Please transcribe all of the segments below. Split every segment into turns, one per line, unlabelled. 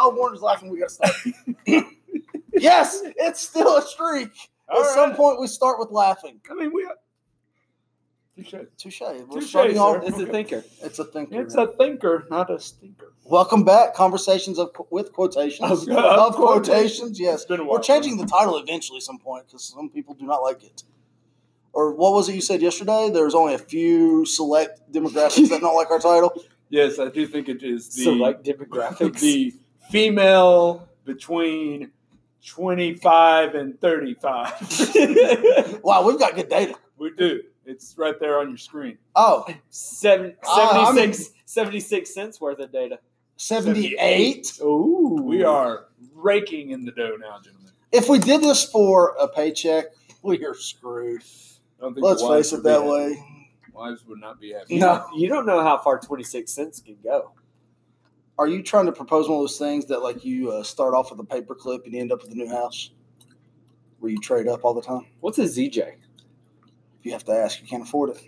oh, Warner's laughing. We got to start. yes, it's still a streak. At some point, we start with laughing.
I mean, we. You should.
Touche. We're
Touche,
starting off.
sir.
It's a
Okay.
thinker.
It's a thinker.
It's a thinker, not a stinker.
Welcome back. Conversations of with quotations.
Of-
Of,
of
quotations. Yes.
It's been a while.
We're changing the title eventually, some point, because some people do not like it. Or what was it you said yesterday? There's only a few select demographics that don't like our title.
Yes, I do think it is the
Select demographics.
the female between twenty five and thirty five.
Wow, we've got good data.
we do. It's right there on your screen.
Oh,
Seven,
Ah, I'm-
76, 76 cents worth of data.
78?
Ooh.
We are raking in the dough now, gentlemen.
If we did this for a paycheck, we are screwed.
I don't think
Let's
wives
face it
would be
that
happy.
way.
Wives would not be happy.
You,
No.
you don't know how far 26 cents can go.
Are you trying to propose one of those things that, like, you uh, start off with a paperclip and you end up with a new house where you trade up all the time?
What's a ZJ?
If you have to ask, you can't afford it.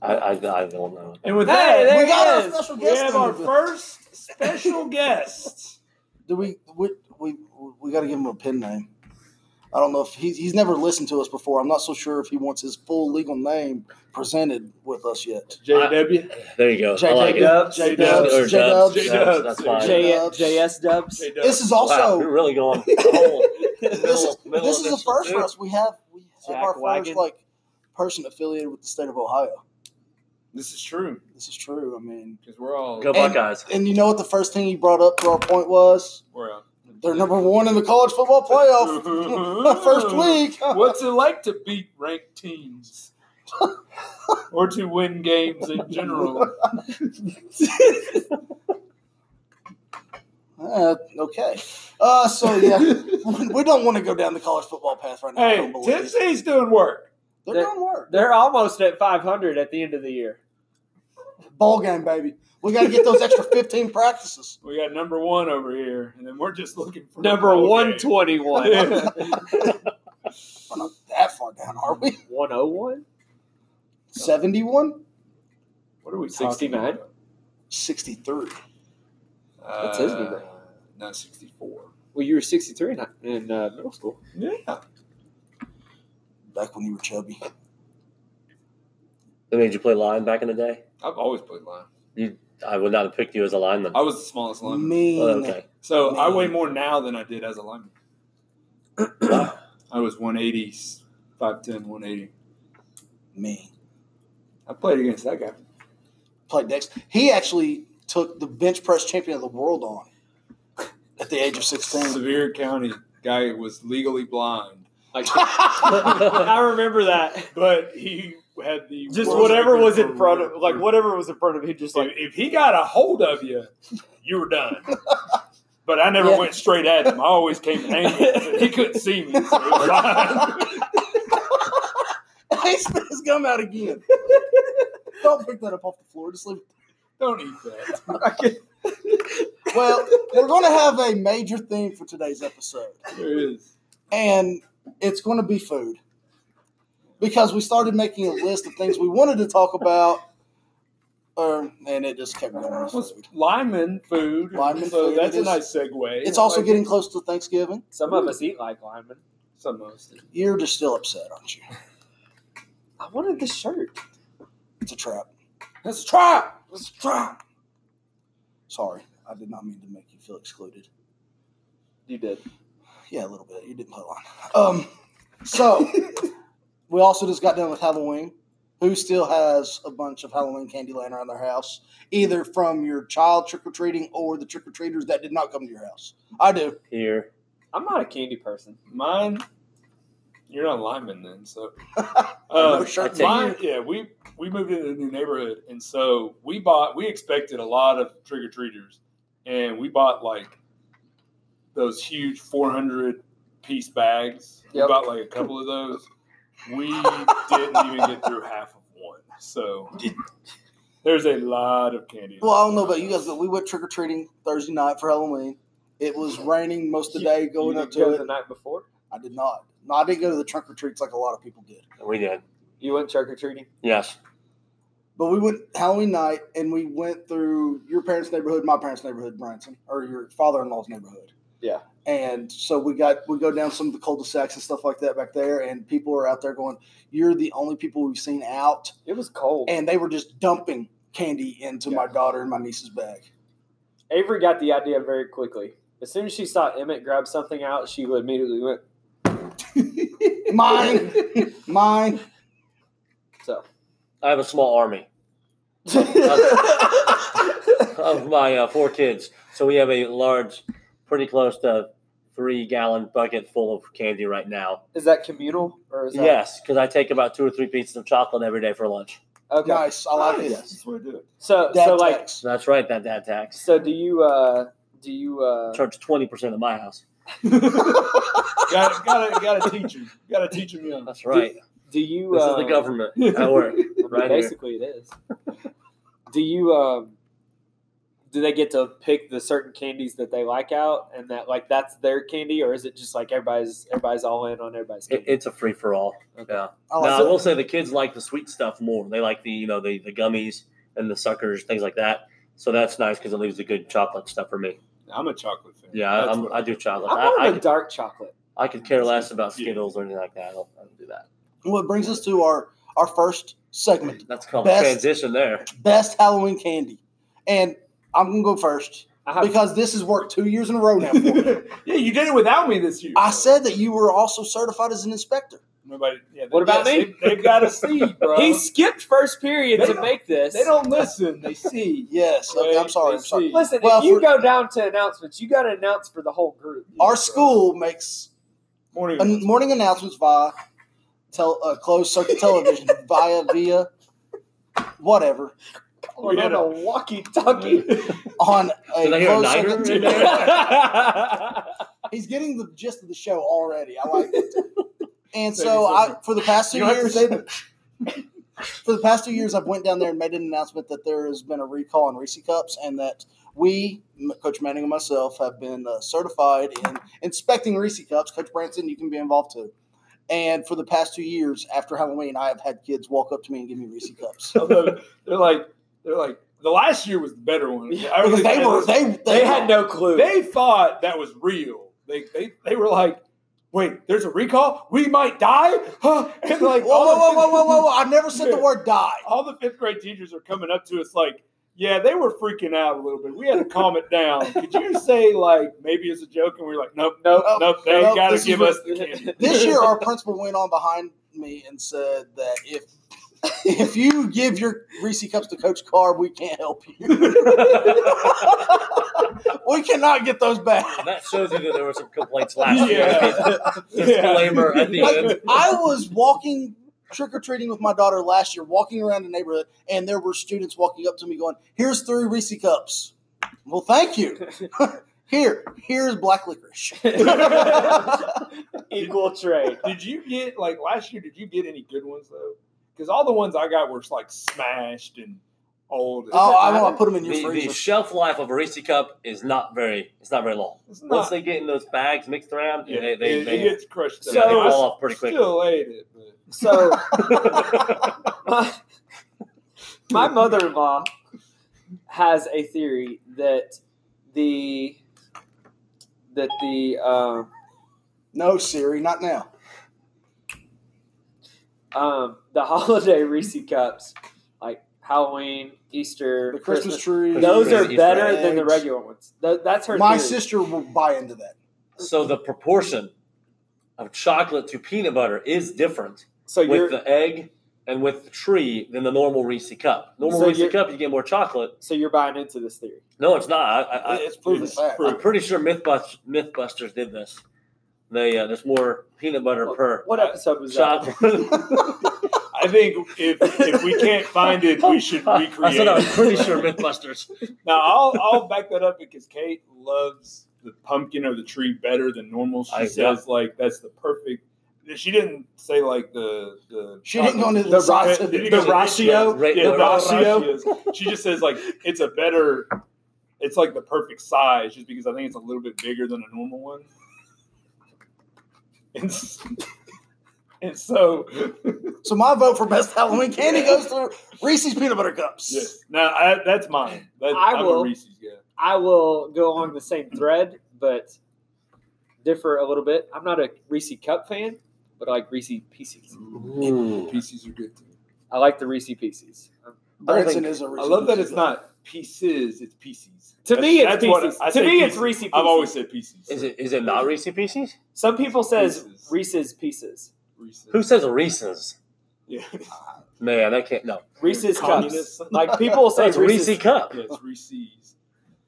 I, I, I don't know.
And with
Hey,
that,
there
we
it
got our
is.
special
we
guest.
have
in
our
the-
first special guest.
Do we? We we, we got to give him a pen name. I don't know if he's he's never listened to us before. I'm not so sure if he wants his full legal name presented with us yet.
JW.
There you go. I
J-
like
J-
it.
Dubs.
J-
Dubs.
Dubs,
Or
J-
dubs.
Dubs.
Dubs, That's fine.
J-
J-
Dubs.
JS dubs?
J-Dubs.
This is
wow,
also
you're really going the whole
this is
middle, middle
this
of
is a
this
first
dude.
for us. We have we have
Jack
our first
Wagon.
like person affiliated with the state of Ohio.
This is true
This is true. I mean,
because we're all
Go Buckeyes.
and you know what the first thing you brought up to our point was
we're out.
they're number one in the college football playoff first week.
What's it like to beat ranked teams? or to win games in general.
Uh, okay. Uh, so yeah, we don't want to go down the college football path right now. I
Hey,
don't believe.
Tennessee's doing work.
They're
They-
doing work.
They're almost at 500 at the end of the year.
Ball game, baby. We got to get those extra 15 practices.
We got number one over here, and then we're just looking for
Number
one.
121.
We're not that far down, are we?
101?
71?
What are we?
69?
63.
That's his number.
Not Uh, sixty-four.
Well, you were 63 in, hi- in uh, middle school.
Yeah.
Back when you were chubby.
They made you play line back in the day.
I've always played line.
I would not have picked you as a lineman.
I was the smallest lineman.
Mean.
Oh, okay.
Mm.
So I
Man.
weigh more now than I did as a lineman. I was 180, 5'10, 180.
Mean.
I played against that guy.
Played Dex. He actually took the bench press champion of the world on at the age of 16.
Sevier County guy was legally blind,
Like, I remember that.
but he had the
Just
world
whatever
record
was
for
in front of,
rear-
like, whatever was in front of him, just like,
If, if he got a hold of you, you were done. But I never
Yeah.
went straight at him. I always came angry. He couldn't see me. So it was fine.
he spit his gum out again. Don't pick that up off the floor. Just leave it
Don't eat that.
Well, we're going to have a major theme for today's episode,
There is.
and it's going to be food because we started making a list of things we wanted to talk about, or and it just kept going. with
What's
food.
Lyman food.
Lineman
so
food,
that's
it
a
is.
nice segue.
It's also
Like,
getting close to Thanksgiving.
some of us eat like linemen.
some of us do.
You're just still upset, aren't you?
I wanted this shirt.
It's a trap.
Let's try. Let's try.
Sorry, I did not mean to make you feel excluded.
You did.
Yeah, a little bit. You didn't play line. Um, so we also just got done with Halloween. Who still has a bunch of Halloween candy laying around their house, either from your child trick or treating or the trick or treaters that did not come to your house? I do.
Here.
I'm not a candy person.
Mine. You're not lineman then, so. Uh,
No shirt
to
mine, yeah, we we moved into a new neighborhood, and so we bought. We expected a lot of trick or treaters, and we bought like those huge 400 piece bags.
Yep.
We bought like a couple of those. We didn't even get through half of one, so there's a lot of candy.
Well, I don't know about you guys, but we went trick or treating Thursday night for Halloween. It was raining most of the day going
you
up
didn't
to
go
it.
the night before.
I did not. No, I didn't go to the trick or treats like a lot of people did.
We did.
You went trick or treating.
Yes.
But we went Halloween night and we went through your parents' neighborhood, my parents' neighborhood, Branson, or your father-in-law's neighborhood.
Yeah.
And so we got we go down some of the cul-de-sacs and stuff like that back there, and people are out there going, "You're the only people we've seen out,"
It was cold.
and they were just dumping candy into my daughter and my niece's bag.
Avery got the idea very quickly. As soon as she saw Emmett grab something out, she immediately went.
Mine, mine.
So
I have a small army of my uh, four kids, so we have a large, pretty close to three gallon bucket full of candy right now.
is that communal or is that
Yes, because I take about two or three pieces of chocolate every day for lunch.
okay?
Nice, I like
Nice.
it.
That's what I do.
So
Dad
so like
tax.
So that's right, that dad tax.
so do you uh do you uh
Charge twenty percent of my house.
Gotta, gotta, gotta teach him. Gotta teach him young.
That's right.
do you
This
uh,
is the government at work.
I mean,
right here.
basically it is. Do you um do they get to pick the certain candies that they like out and that like that's their candy or is it just like everybody's everybody's all in on everybody's
It,
candy?
it's a free for all.
Okay.
Yeah.
I like
Now, I
it.
will say the kids like the sweet stuff more. They like the you know the, the gummies and the suckers, things like that. So that's nice because it leaves the good chocolate stuff for me.
I'm a chocolate fan.
Yeah,
That's
I, I'm,
what
I do chocolate.
I
I,
want
I,
a dark chocolate.
I could care less about Skittles or anything like that. I don't, I don't do that.
Well, it brings us to our our first segment,
That's called
Best-
a transition there.
best Halloween candy, and I'm gonna go first
I have
because this has worked two years in a row now. For me.
yeah, you did it without me this year.
I said that you were also certified as an inspector.
Nobody. Yeah,
What about
yes,
me?
They, have got to see, bro.
He skipped first period
They
to
don't-
make this.
they don't listen. They see.
Yes, okay, I'm
Wait,
sorry.
they
I'm sorry.
see.
listen.
Well,
if you
for-
go down to announcements, you got to announce for the whole group.
Our school makes
Morning.
an- morning announcements via tel- uh, closed circuit television via via whatever
Going
We
on
had
a walkie-talkie.
on a
Did I hear a
closed
niner
circuit. TV.
in there?
He's getting the gist of the show already. I like it. And
Say
so, I,
something.
for the past two
You don't have
years,
to say
for the past two years, I've went down there and made an announcement that there has been a recall on Reese cups, and that we, M- Coach Manning and myself, have been uh, certified in inspecting Reese cups. Coach Branson, you can be involved too. And for the past two years, after Halloween, I have had kids walk up to me and give me Reese cups
Although, they're like, they're like, the last year was the better one.
Yeah,
I really-
because they were they they,
they had no clue.
They thought that was real. They they they were like, wait, there's a recall. We might die. Huh? And like,
whoa whoa whoa
all the-
whoa whoa whoa! whoa. I never said the word die.
all the fifth grade teachers are coming up to us like, yeah, they were freaking out a little bit. We had to calm it down. Could you say like maybe it's a joke? And we are like, nope, nope,
Nope,
nope. they
nope,
got
this
to
is
give
real."
us the candy.
This year, our principal went on behind me and said that if if you give your Reese cups to Coach Carb, we can't help you. we cannot get those back.
that shows you that there were some complaints last year.
Yeah.
Disclaimer at the
Like,
end.
I was walking trick or treating with my daughter last year, walking around the neighborhood, and there were students walking up to me going, "Here's three Reese cups." Well, thank you. Here, here's black licorice.
Equal trade.
Did you get like last year? Did you get any good ones though? Because all the ones I got were like smashed and old.
Oh, I want to put them in your
The, the
freezer.
shelf life of a Reese cup is not very it's not very long.
It's
Once
not-
they get in those bags mixed around,
yeah,
they, they,
it,
they,
it gets crushed.
so
up.
they
I
fall off pretty quick.
still ate it. But.
So my, my mother-in-law has a theory that the that the um,
No, Siri, not now.
um, the holiday Reese cups, like Halloween, Easter,
The Christmas tree.
those are
Easter
better than the
eggs.
regular ones. Th- that's her.
My
theory.
sister will buy into that.
So the proportion of chocolate to peanut butter is different
So you're
with the egg and with the tree than the normal Reese cup. Normal
So
Reese
you're-
cup, you get more chocolate.
so you're buying into this theory.
No, it's not. I, I, I,
it's proven
it's
fact.
I'm pretty sure Mythbusters, Mythbusters did this. They uh, there's more peanut butter per
What episode was that?
chocolate.
I think if if we can't find it, we should
I
recreate.
said I was
it.
pretty sure Mythbusters.
Now I'll I'll back that up because Kate loves the pumpkin or the tree better than normal. She
I-
says like that's the perfect. She didn't say like the the.
She didn't go into the,
The
size
Uh,
of
did you
it.
go
the
to-
ratio?
Right,
Yeah, the
the
ratio?
ratio. She just says like it's a better. It's like the perfect size, just because I think it's a little bit bigger than a normal one. It's, And so,
So my vote for best Halloween candy goes to Reese's peanut butter cups.
yes. Now I, that's mine. That,
I
am
will-
a Reese's guy.
I will go along the same thread, but differ a little bit. I'm not a Reese Cup fan, but I like Reese Pieces.
Ooh.
Pieces are good too.
I like the Reese Pieces.
Branson
think-
is a
I
Reese's
love that
Pieces
it's not pieces; it's pieces.
To me, it's
that's what
Pieces.
I- I
To
say
me, it's
pieces.
Reese Pieces.
I've always said pieces.
Is it is it not Reese Pieces?
Some people says
Reese's.
Reese's Pieces.
Reese's.
Who says Reese's?
Yeah. yeah,
Man, that can't. No,
Reese's Cups.
Communist.
Like people say
that's
Reese's.
Reese Cup.
it's Reese's.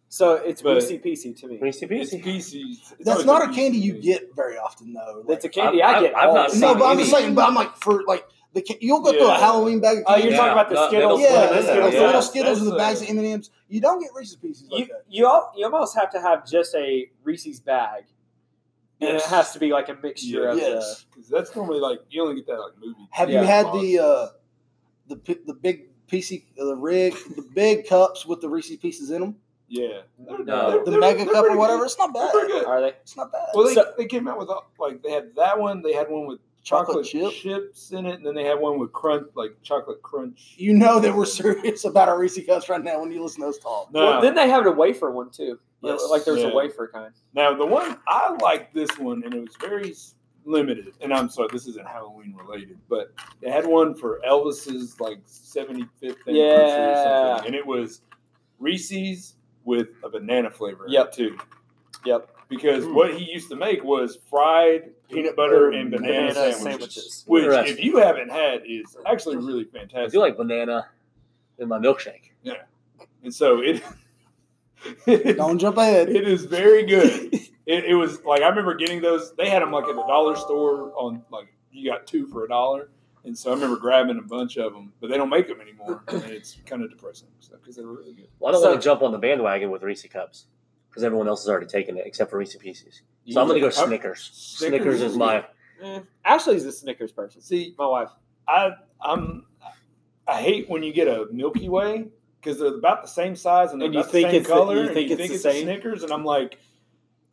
So it's
But-
Reese Pieces to me.
Reese
It's
Pieces.
pieces. It's
That's
always
not a
Reese's
candy
to
you
me.
get very often though.
It's a
Like-
candy
I've-
I get.
I've- I've
all
not
the
seen
no,
time.
but I'm
Any-
just saying. But I'm like for like the ca- you'll go through a
Yeah.
Halloween bag. Of
Oh, you're
candy.
talking about the
no, they don't-
Skittles.
Yeah,
the
that's
Skittles.
the
Yeah.
little Skittles
That's
and the bags
a-
of M and M's. You don't get Reese's Pieces
You
like that.
you, al- you almost have to have just a Reese's bag, and
Yes.
it has to be like a mixture of the.
Yes.
'Cause that's normally like you only get that like movie.
Have
Yeah.
you had the uh, the pi- the big PC the rig the big cups with the Reese's Pieces in them?
yeah
No.
The mega cup or whatever. It's not
They're
bad.
pretty good.
Are they?
It's not bad.
Well, they,
So-
they came out with uh, like they had that one. They had one with chocolate,
Chocolate chip?
chips in it, and then they had one with crunch like chocolate crunch.
You know that we're serious about our Reese's cups right now when you listen to us talk.
No,
Well, then they have a wafer one too.
Yes.
Like there's
Yeah.
a wafer kind.
Now the one I like this one, and it was very s- limited. And I'm sorry, this isn't Halloween related, but they had one for Elvis's like 75th anniversary or
Yeah.
something, and it was Reese's with a banana flavor. in it,
Yep.
too.
Yep.
Because
Hmm.
what he used to make was fried peanut butter and banana,
Banana
sandwiches,
sandwiches.
which if
Interesting.
you haven't had is actually really
I
fantastic.
do like banana in my milkshake.
and so it. it
Don't jump ahead.
It is very good. It, it was like I remember getting those. They had them like at the dollar store on like you got two for a dollar, and so I remember grabbing a bunch of them. But they don't make them anymore, and it's kind of depressing because they're really good.
Well, I don't
So-
want to jump on the bandwagon with Reese Cups because everyone else has already taken it except for Reese Pieces. So I'm going to go
How-
Snickers. Snickers is my.
Eh, Ashley's a Snickers person.
See,
My wife.
I I'm I hate when you get a Milky Way because they're about the same size and, they're
And you
about
think
the same
it's the-
color.
you
and
think
you
it's
think
the
it's a
same?
Snickers, and I'm like,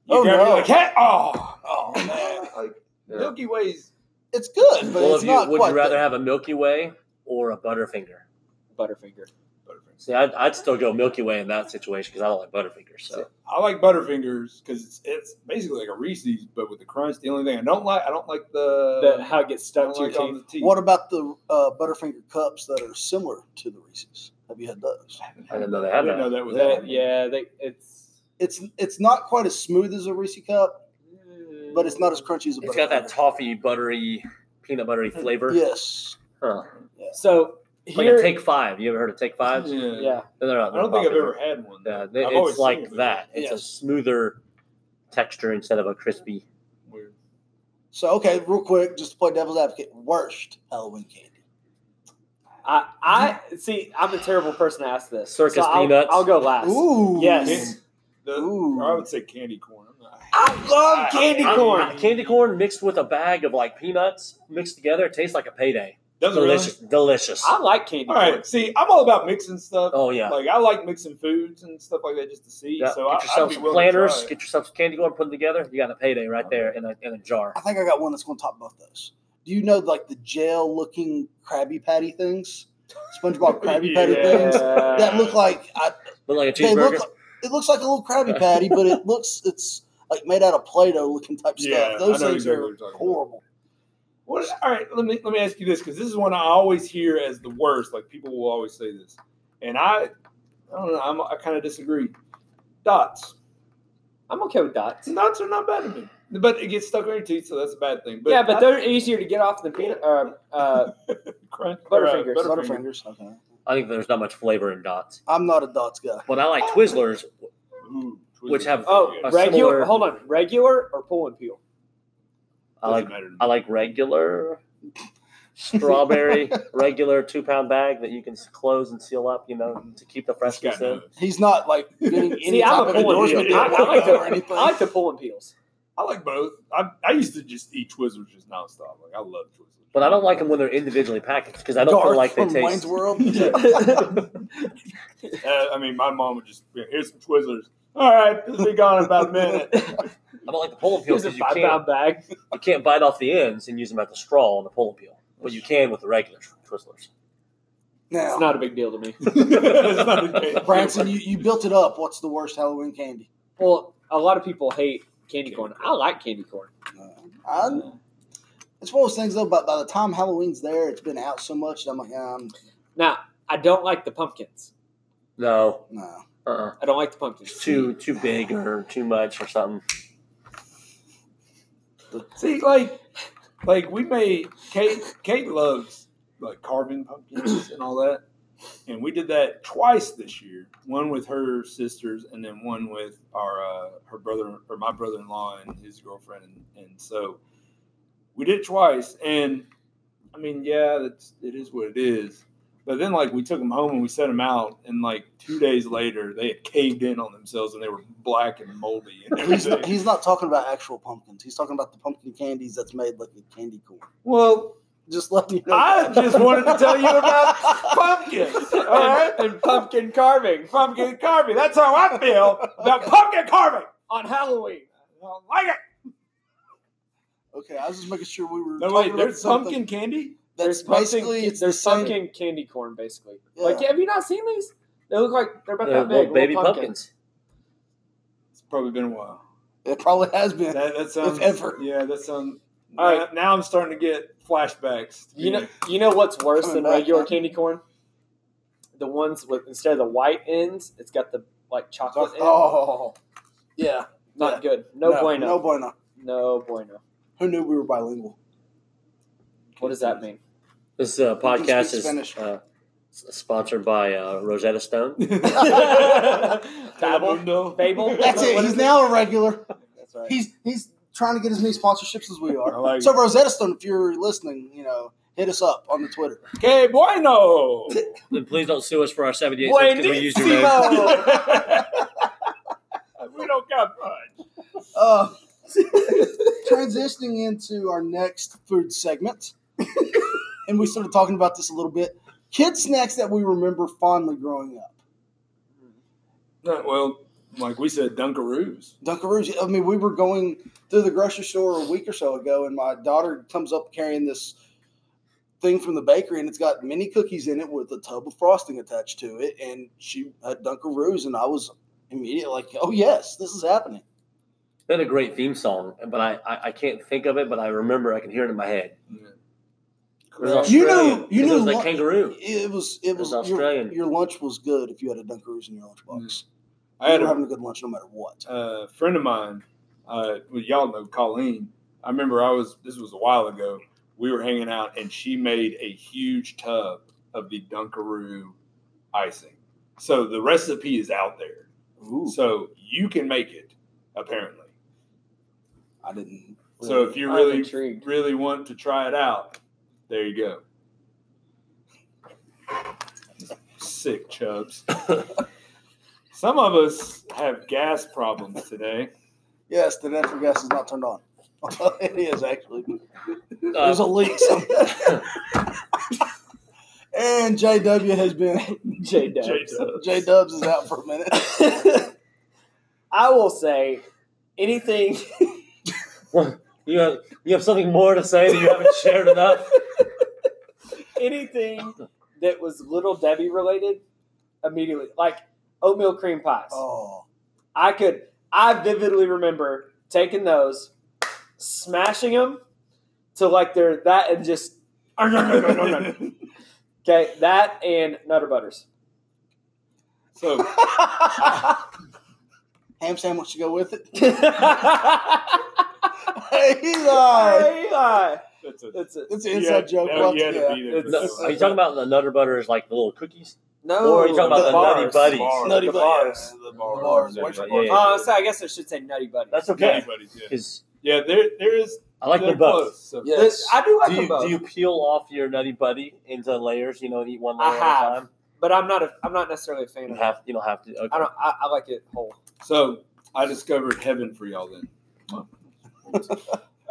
you
Oh,
grab it, you're
no.
like, hey, oh, oh man, like
Yeah.
Milky Way's
It's good, but
Well,
it's
if
not
you, would
quite
you rather
there.
have a Milky Way or a Butterfinger?
Butterfinger.
See, I'd, I'd still go Milky Way in that situation because I don't like Butterfinger. So
I like Butterfingers because it's, it's basically like a Reese's, but with the crunch. The only thing I don't like, I don't like the,
The, how it gets
Uh, I don't
stuck to your
like on
teeth.
the teeth.
What about the uh, Butterfinger cups that are similar to the Reese's? Have you had those?
I didn't know they
I
had
didn't
that.
know that was
That-
happening.
yeah, they, it's.
It's it's not quite as smooth as a Reese cup, but it's not as crunchy as a.
It's got that
Butterfinger.
toffee, buttery, peanut buttery flavor.
Yes,
Huh.
So
It's
here,
Like a Take Five. You ever heard of Take Five?
Yeah.
yeah,
They're not-
I don't
they're
think I've
popular.
ever had one.
Yeah, they-
I've always
it's
seen
like
them, but
that. It's a
Yes.
smoother texture instead of a crispy.
weird.
So okay, real quick, just to play devil's advocate, worst Halloween candy.
I, I see. I'm a terrible person to ask this.
Circus
so I'll-
peanuts.
I'll, go last.
Ooh,
Yes.
The-
Ooh.
I would say candy corn. I'm not-
I love candy
I-
I'm-
corn.
I'm- candy corn mixed with a bag of like peanuts mixed together. It tastes like a payday.
Does it really?
delicious, delicious.
I like candy
All
corn.
right. See, I'm all about mixing stuff.
Oh yeah.
Like I like mixing foods and stuff like that just to see.
Yeah,
So I,
get yourself
I'd be
some
willing
planners,
To try it.
get yourself some candy corn, put them together. You got a payday right there in a, in a jar.
I think I got one that's going to top both those. Do you know like the gel looking Krabby Patty things, SpongeBob Krabby Patty
Yeah.
things that look like I,
Look like a
they
cheeseburger.
look. It looks like a little Krabby Patty, but it looks it's like made out of Play-Doh looking type
Yeah,
stuff. Those
I know
things
exactly what you're
are
talking about.
horrible.
What, all right, let me let me ask you this because this is one I always hear as the worst. Like people will always say this, and I, I don't know. I'm, I kind of disagree. Dots,
I'm okay with dots.
dots are not bad to me, but it gets stuck on your teeth, so that's a bad thing. But
yeah, but
I-
they're easier to get off than peanut. Uh, uh,
crunch,
Butterfingers.
or, uh, Butterfinger.
Butterfingers. Okay.
I think there's not much flavor in dots.
I'm not a dots guy.
But I
Oh,
like Twizzlers,
Ooh,
Which
Twizzlers.
have- uh,
oh,
A
regular.
similar-
Hold on, regular or pull and peel.
I
Doesn't
like
matter to me.
I like regular strawberry, regular two pound bag that you can s- close and seal up, you know, to keep the
This guy
freshness in.
knows.
He's not like getting any
See, I'm
type
a
of
pull
endorsement
and peel. I, I like
or
the, I
anything.
like the pull and peels.
I like both. I, I used to just eat Twizzlers just nonstop. Like I love Twizzlers,
But I don't like them when they're individually packaged because I don't
Garth
feel like they
from Wayne's
taste.
World.
Uh, I mean, my mom would just be like, here's some Twizzlers. All right, this will be gone in about a minute.
I don't like the pulling peel
Here's a
because you
five
can't
pound bag.
you can't bite off the ends and use them at the straw on the pulling peel, but you can with the regular Twizzlers.
Now,
It's not a big deal to me.
It's not a big deal.
Branson, you, you built it up. What's the worst Halloween candy?
Well, a lot of people hate candy corn. I like candy corn.
I, it's one of those things though. But by the time Halloween's there, it's been out so much. That I'm like, um,
Now, I don't like the pumpkins.
No,
no.
uh-uh.
I don't like the pumpkins.
it's too too big or too much or something.
See, like, like we made Kate. Kate loves like carving pumpkins and all that, and we did that twice this year. One with her sisters, and then one with our uh, her brother or my brother-in-law and his girlfriend. And, and so we did it twice. And I mean, yeah, that's it is what it is. But then, like, we took them home and we set them out, and like two days later, they had caved in on themselves and they were black and moldy. And
He's
everything.
not, he's not talking about actual pumpkins. He's talking about the pumpkin candies that's made like a candy corn.
well,
Just let you know.
I just wanted to tell you about pumpkins. All right,
and, and pumpkin carving
pumpkin carving. That's how I feel about pumpkin carving.
on Halloween.
I don't like it.
Okay, I was just making sure we were.
No,
talking
wait,
about
there's
something
pumpkin candy.
That's
there's pumpkin-
basically it's
There's
the same-
pumpkin candy corn, basically.
Yeah.
Like, have you not seen these? They look like they're about
They're
that big.
little Uh, baby
little
pumpkins.
It's probably been a while.
It probably has been.
That, that sounds.
If ever.
Yeah, that sounds.
All
now,
right.
now I'm starting to get flashbacks.
You know, you know what's worse
Coming
than
back,
regular
huh?
candy corn? The ones with instead of the white ends, it's got the like chocolate. end.
Oh, yeah.
not good. No, bueno.
No
No,
bueno.
bueno.
Who knew we were bilingual?
What does that mean?
This uh,
can speak
podcast is
Spanish.
uh, s- sponsored by uh, Rosetta Stone.
Telemundo.
Babel.
That's it.
What
He's
is
now a regular.
That's right.
He's he's trying to get as many sponsorships as we
I
are.
like
So Rosetta Stone, if you're listening, you know, hit us up on the Twitter.
Que bueno.
And please don't sue us for our 78 cents because we used your name.
Buenissimo.
we don't got much.
Uh, transitioning into our next food segment, and we started talking about this a little bit. Kid snacks that we remember fondly growing up.
No, well, like we said, Dunkaroos.
Dunkaroos. I mean, we were going through the grocery store a week or so ago, and my daughter comes up carrying this thing from the bakery, and it's got mini cookies in it with a tub of frosting attached to it, and she had Dunkaroos, and I was immediately like, "Oh yes, this is happening."
They had a great theme song, but I, I, I can't think of it, but I remember I can hear it in my head. It was
Well,
you
Australian,
knew- you
'cause
knew
it was like
what-
kangaroo.
It was it was,
was
your,
Australian. Mm-hmm.
your lunch was good if you had a Dunkaroos in your lunchbox.
I
you
had
were
a
having a good lunch no matter what.
a friend of mine, uh, well, y'all know Colleen. I remember I was this was a while ago. We were hanging out, and she made a huge tub of the Dunkaroo icing. So the recipe is out there.
Ooh,
So you can make it, apparently.
I didn't.
So if you
I'm
really,
intrigued.
really want to try it out, there you go. Sick chubs. Some of us have gas problems today.
yes, the natural gas is not turned on. it is actually. There's a
Uh,
leak somewhere. and JW has been
J Dubs.
J-Dubs.
J Dubs is out for a minute.
I will say anything.
you, have, you have something more to say that you haven't shared enough?
anything that was little Debbie related immediately, like oatmeal cream pies.
Oh,
I could, I vividly remember taking those, smashing them to like they're that and just okay that and Nutter Butters.
So
ham sandwich to go with it.
Eli,
Hey, Eli.
that's a
that's it.
It's an inside joke.
No,
Well,
you had to
yeah.
be there.
It's-
No, are you talking about the Nutter Butters, like the little cookies?
No,
Or are you talking about the Nutty
bars.
Buddies?
Nutty
the
Oh, bars.
bars.
the
bars. Which
bars?
Yeah,
Yeah,
Oh, so I guess I should say Nutty Buddies.
That's
yeah.
okay.
Buddies, yeah.
Because
yeah, there, there is.
I like
they're
them both.
close, so-
Yeah.
This- I do like
Do
them
you,
both,
do you peel off your Nutty Buddy into layers, you know, and eat one layer
I
at a
have.
time?
but I'm not. A, I'm not necessarily a
You
fan
don't
of. It.
have, you don't have to. Okay.
I don't. I, I like it whole.
So I discovered heaven for y'all then.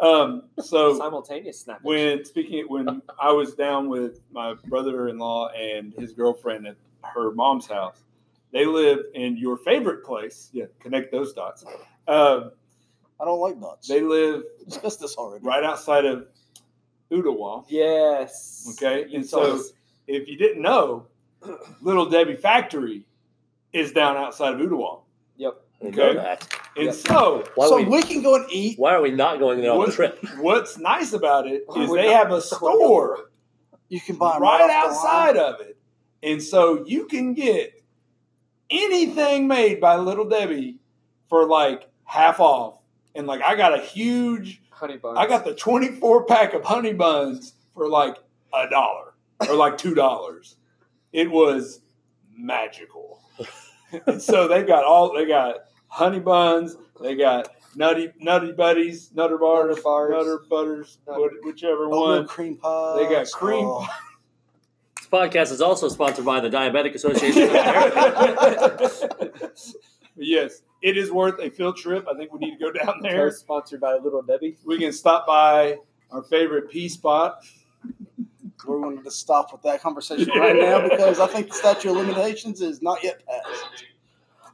um, so
Simultaneous snapping.
when speaking, when I was down with my brother-in-law and his girlfriend at her mom's house, They live in your favorite place. Yeah, connect those dots. Um,
I don't like nuts.
they
They
live
discussed this already.
right outside of Ottawa.
Yes.
Okay,
You
and so
told
if you didn't know, Little Debbie Factory is down outside of Ottawa.
Yep.
We
Okay.
know that.
And
Yep.
so,
Why,
so
we,
we can go and eat.
why are we not going there on
what-
the trip?
what's nice about it
Why
is
would
they
not-
have a store
You can buy
right,
'em right, off the line.
outside of it. And so you can get anything made by Little Debbie for like half off. And like I got a huge
Honey buns.
I got the 24 pack of honey buns for like a dollar or like two dollars. It was magical. and so they got all they got honey buns, they got nutty nutty buddies, nutter bars,
Nutter Bars. Oh,
nutter butters,
Nutter-
what- whichever
Oatmeal
one.
cream pies.
They got cream
Oh,
This podcast is also sponsored by the Diabetic Association. of America.
But yes, it is worth a field trip. I think we need to go down there.
sponsored by Little Debbie.
We can stop by our favorite pea spot.
we wanted to stop with that conversation right now because I think the statute of limitations is not yet passed.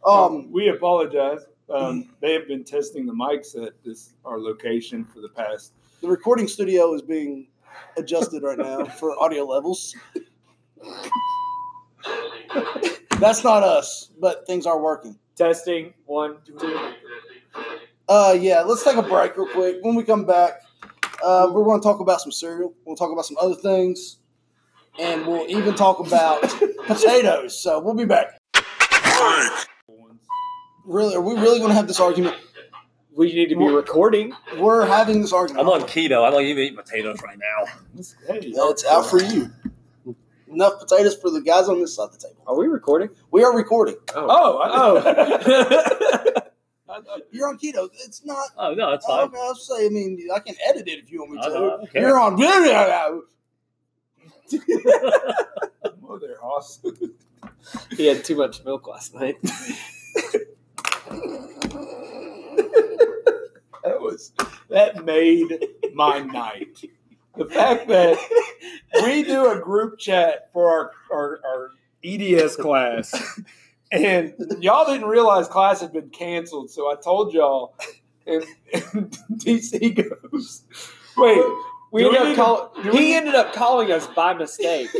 Um,
we apologize. Um, they have been testing the mics at this our location for the past.
the recording studio is being adjusted right now for audio levels. That's not us, but things are working.
Testing one, two.
Uh, yeah, let's take a break real quick. When we come back, uh, we're going to talk about some cereal. We'll talk about some other things, and we'll even talk about potatoes. So we'll be back. Really, are we really going to have this argument?
We need to be recording.
We're having this argument.
I'm on keto. I don't even eat potatoes right now.
Hey,
No, it's out for you. Enough potatoes for the guys on this side of the table.
Are we recording?
We are recording.
Oh, I- oh.
You're on keto. It's not.
Oh no, it's
I
fine.
don't know, I'll say. I mean, I can edit it if you want me
I
to.
don't- I don't care.
You're on video.
oh, there, Hoss.
He had too much milk last night.
That was that made my night. The fact that we do a group chat for our our, our EDS class, and y'all didn't realize class had been canceled, so I told y'all. And, and DC goes, "Wait,
We
do
ended
need
up
to-
call-
do we
he
need-
ended up calling us by mistake.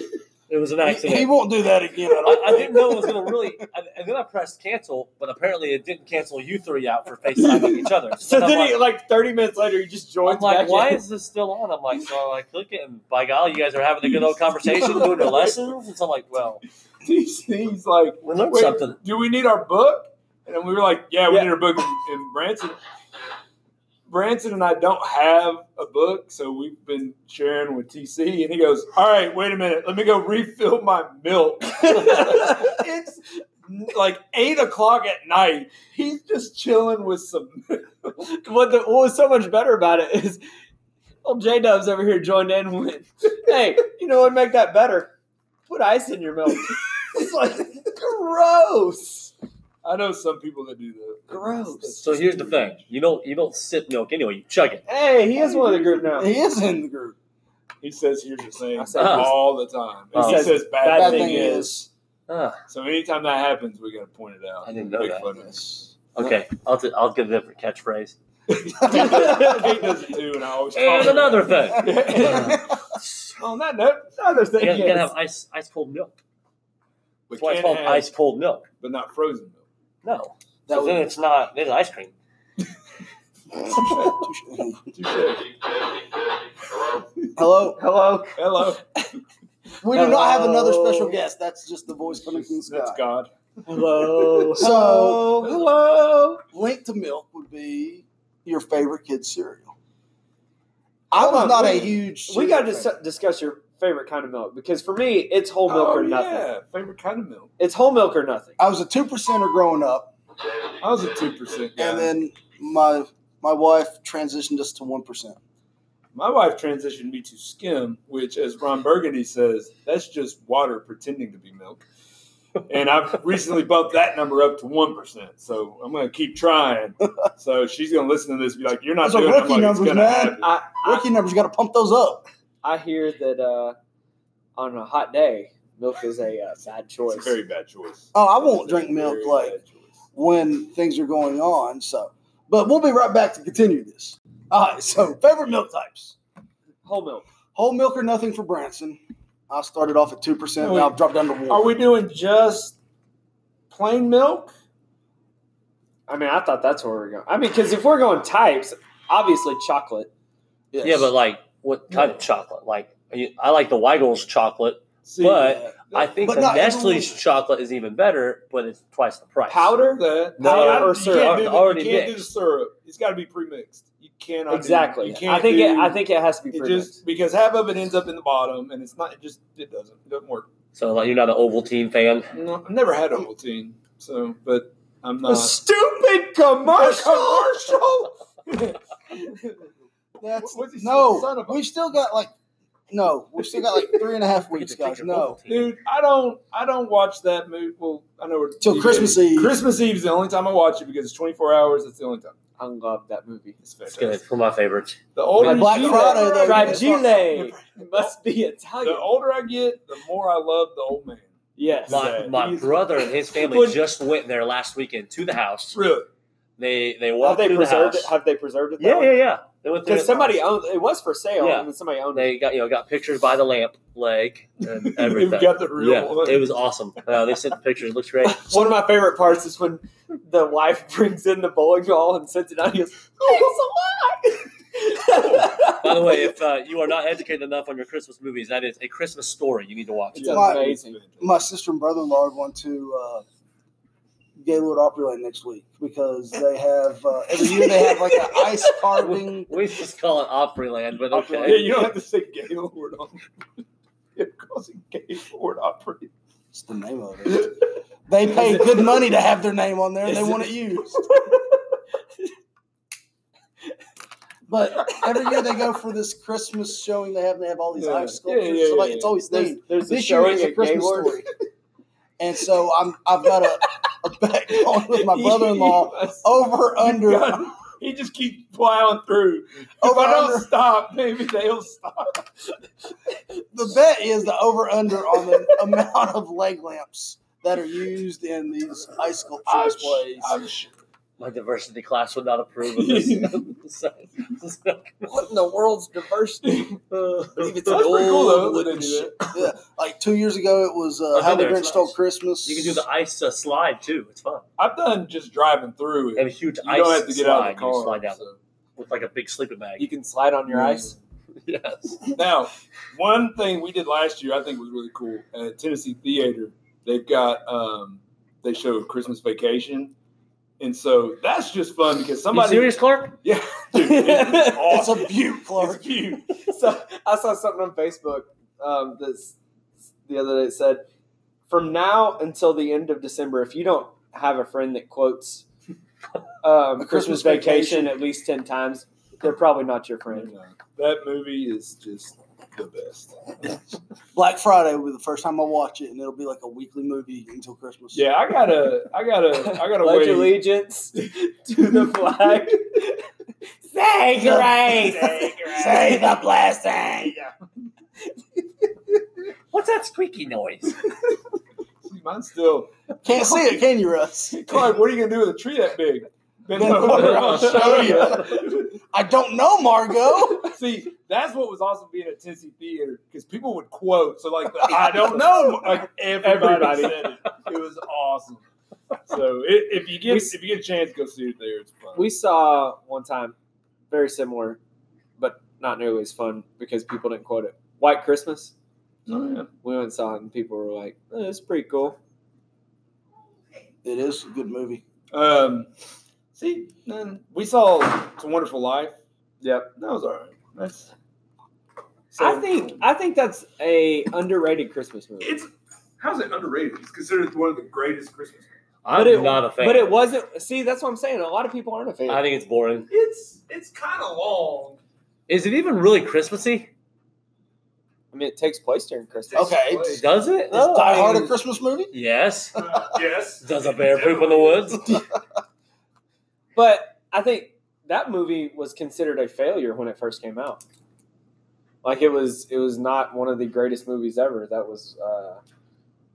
It was an
He, he
accident.
won't do that again. I
I,
don't
I
think.
didn't know it was going to really. I, and then I pressed cancel, but apparently it didn't cancel you three out for FaceTime with each other.
so
I'm
then,
like,
he, like thirty minutes later, he just joins
I'm like,
back
why
in.
is this still on? I'm like, so I click it, and by golly, you guys are having a good old conversation, doing your lessons. And so I'm like, well,
DC's like,
we learned
Wait.
something.
do we need our book?" And we were like, "Yeah, we
Yeah.
need our book." And, and Branson, Branson and I don't have a book, so we've been sharing with TC. And he goes, "All right, wait a minute, let me go refill my milk." it's like eight o'clock at night. He's just chilling with some.
What, the, what was so much better about it is, old J Dubs over here joined in with, "Hey, you know what? Make that better. Put ice in your milk." it's like gross.
I know some people that do that.
Gross.
So here's the thing: you don't you don't sip milk anyway. You chug it.
Hey, he is one of the group now.
He is in the group.
He says, "Here's the thing,"
I said-
all the time. And
Oh.
he says, "Bad,
Bad
thing,
thing
is.
is,
Ah,
So anytime that happens, we gotta point it out.
I didn't know
Make
that.
fun of it.
okay, I'll t- I'll give a different catchphrase.
he does it too, and I always call
And
him.
another thing,
On that note,
Another
you
thing
gotta, you gotta
is,
have ice ice cold milk.
we
That's why it's
can
called
have,
ice cold milk.
but not frozen milk.
No,
That
so then
would
it's not it's ice cream.
Touche.
Hello.
hello.
Hello,
We do not have another
Hello.
special guest. That's just the voice coming from the sky.
that's God.
Hello.
So-
hello. Hello.
Link to Milk would be your favorite kid's cereal. I
Hold
was
on,
not
wait.
a huge.
We got to
cereal fan. Oh,
dis- discuss your favorite kind of milk because for me, it's whole milk or nothing.
Oh, Yeah, favorite kind of milk.
It's whole milk or nothing.
I was a two percenter growing up,
I was a two percent guy.
and then my my wife transitioned us to one percent.
My wife transitioned me to skim, which, as Ron Burgundy says, that's just water pretending to be milk. And I've recently bumped that number up to one percent, so I'm going to keep trying. So she's going to listen to this, and be like, "You're not
Those are
doing it." I'm
rookie
like, it's
numbers,
gonna
man.
happen.
I, I
Rookie numbers got to pump those up.
I hear that uh, on a hot day, Milk is a uh, bad
It's a
choice.
very bad choice.
Oh, I won't
It's a
drink milk,
very
like-
bad choice.
when things are going on. So, but we'll be right back to continue this. All right. So, favorite milk types:
Whole milk.
whole milk or nothing for Branson. I started off at two percent. Now I've dropped down to one.
Oh, Are we doing just plain milk?
I mean, I thought that's where we we're going. I mean, because if we're going types, obviously chocolate.
Yes.
Yeah, but like what type of chocolate? Like are you- I like the Weigel's chocolate.
See,
But- I think
But
the
not
Nestle's
everyone-
chocolate is even better, but it's twice the price.
Powder?
that
No,
I-
or
you
syrup.
can't do the-
Already
you can't do the
mixed.
syrup. It's got to be pre-mixed. You cannot do-
Exactly.
you
I
can't
think it,
do-
I think it has to be
it
pretty
just because half of it ends up in the bottom, and it's not. It just it doesn't. It doesn't work.
So like you're not an Ovaltine fan.
No, I've never had Ovaltine, so but I'm
A
not.
stupid commercial.
commercial.
That's,
What's he say? Son
no,
of a-
we still got like no, we still got like three and a half weeks, guys. No,
Dude, I don't. I don't watch that movie. Well, I know we're
Till
you
Christmas
get it.
Eve.
Christmas Eve is the only time I watch it because it's 24 hours. It's the only time.
I love that movie.
It's
It's
fantastic.
good. It's one of my favorites.
The older
Like Black
you get-
Friday, though,
Fragile. Must be
The
Italian.
older I get, the more I love the old man.
Yes.
My, my
He's-
brother and his family
Would-
just went there last weekend to the house.
Really,
They they
Have
walked
they
through the
preserved
house.
it? Have they preserved it?
yeah, yeah, yeah. They went through
Because
it.
somebody owned it was for sale,
Yeah.
and then somebody owned it.
They got you know got pictures by the lamp leg and
you
everything.
got the real
yeah,
one.
it was awesome. Uh, they sent the pictures. Looks great.
One of my favorite parts is when the wife brings in the bowling ball and sends it out. He goes, "Oh, it's a lie!"
By the way, if uh, you are not educated enough on your Christmas movies, that is a Christmas story you need to watch.
It's
Yeah.
amazing.
my sister and brother in law are going to uh, Gaylord Opryland next week because they have uh, every year they have like an ice carving.
We just call it Opryland, but
Yeah,
okay.
you don't have to say Gaylord on. It calls it Gaylord Opry.
It's the name of it. They paid good money to have their name on there, and they want it used. But every year they go for this Christmas showing they have. They have all these
Yeah.
ice
Yeah,
sculptures.
yeah,
so like,
yeah,
it's always
There's,
themed.
there's a
This year
showing
it's a
at
Christmas
Gaylord.
story, and so I'm I've got a, a bet on with my brother-in-law over under
He just keeps plowing through. If
over
I don't
under.
stop, maybe they'll stop.
The bet is the over under on the amount of leg lamps that are used in these ice sculpture
I'm
displays.
sure.
My diversity class would not approve of this.
What in the world's diversity?
Believe it's
That's
an
pretty cool though.
old
that they
wooden
do
ship.
that.
yeah, like two years ago, it was uh,
I've
How
been
the
there,
Grinch
it's
Stole
nice.
Christmas.
you can do the ice uh, slide too. It's fun.
I've done just driving through
They have a
it.
huge
You
ice
don't have to get
slide.
out of the car.
You slide down
so.
with like a big sleeping bag.
you can slide on your ice.
yes.
Now, one thing we did last year I think was really cool at Tennessee Theater. They've got um, they show Christmas Vacation, and so that's just fun because
You
somebody.
serious, Clark?
Yeah, dude, it's
It's
awesome.
a beaut, Clark.
It's cute.
so I saw something on Facebook um, this the other day. It said, "From now until the end of December, if you don't have a friend that quotes um,
Christmas
Christmas
Vacation.
vacation at least ten times, they're probably not your friend."
That movie is just the best.
Black Friday will be the first time I watch it, and it'll be like a weekly movie until Christmas.
Yeah, I gotta, I gotta, I gotta
Pledge
wait.
allegiance to the flag. Say
grace. Say the blessing.
What's that squeaky noise?
See, Mine's still.
Can't see it, can you, Russ?
Clark, what are you gonna do with a tree that big? Bend
Bend over, I'll show I don't know, Margot.
See, that's what was awesome being at Tennessee Theater because people would quote. So like, the, I don't know. Like everybody,
Everybody.
said it. It was awesome. So i if you get
We-
if you get a chance, go see it there. It's fun.
We saw one time, very similar, but not nearly as fun because people didn't quote it. White Christmas.
Oh, yeah.
We went and saw it, and people were like, eh, "It's pretty cool."
It is a good movie.
Um, see, man, we saw It's a Wonderful Life.
Yep.
That was all right. That's.
I think I think that's a underrated Christmas movie.
it's how's it underrated? It's considered one of the greatest Christmas.
I'm
But it-
not a fan.
But it wasn't. See, that's what I'm saying. A lot of people aren't a fan.
I think it's boring.
It's it's kind of long.
Is it even really Christmassy?
I mean, it takes place during Christmas.
Okay.
It's-
Does it?
Is
No,
Oh.
Die
I mean-
Hard a Christmas movie?
Yes.
yes.
Does a bear poop in the woods?
But I think that movie was considered a failure when it first came out. Like it was, it was not one of the greatest movies ever. That was uh,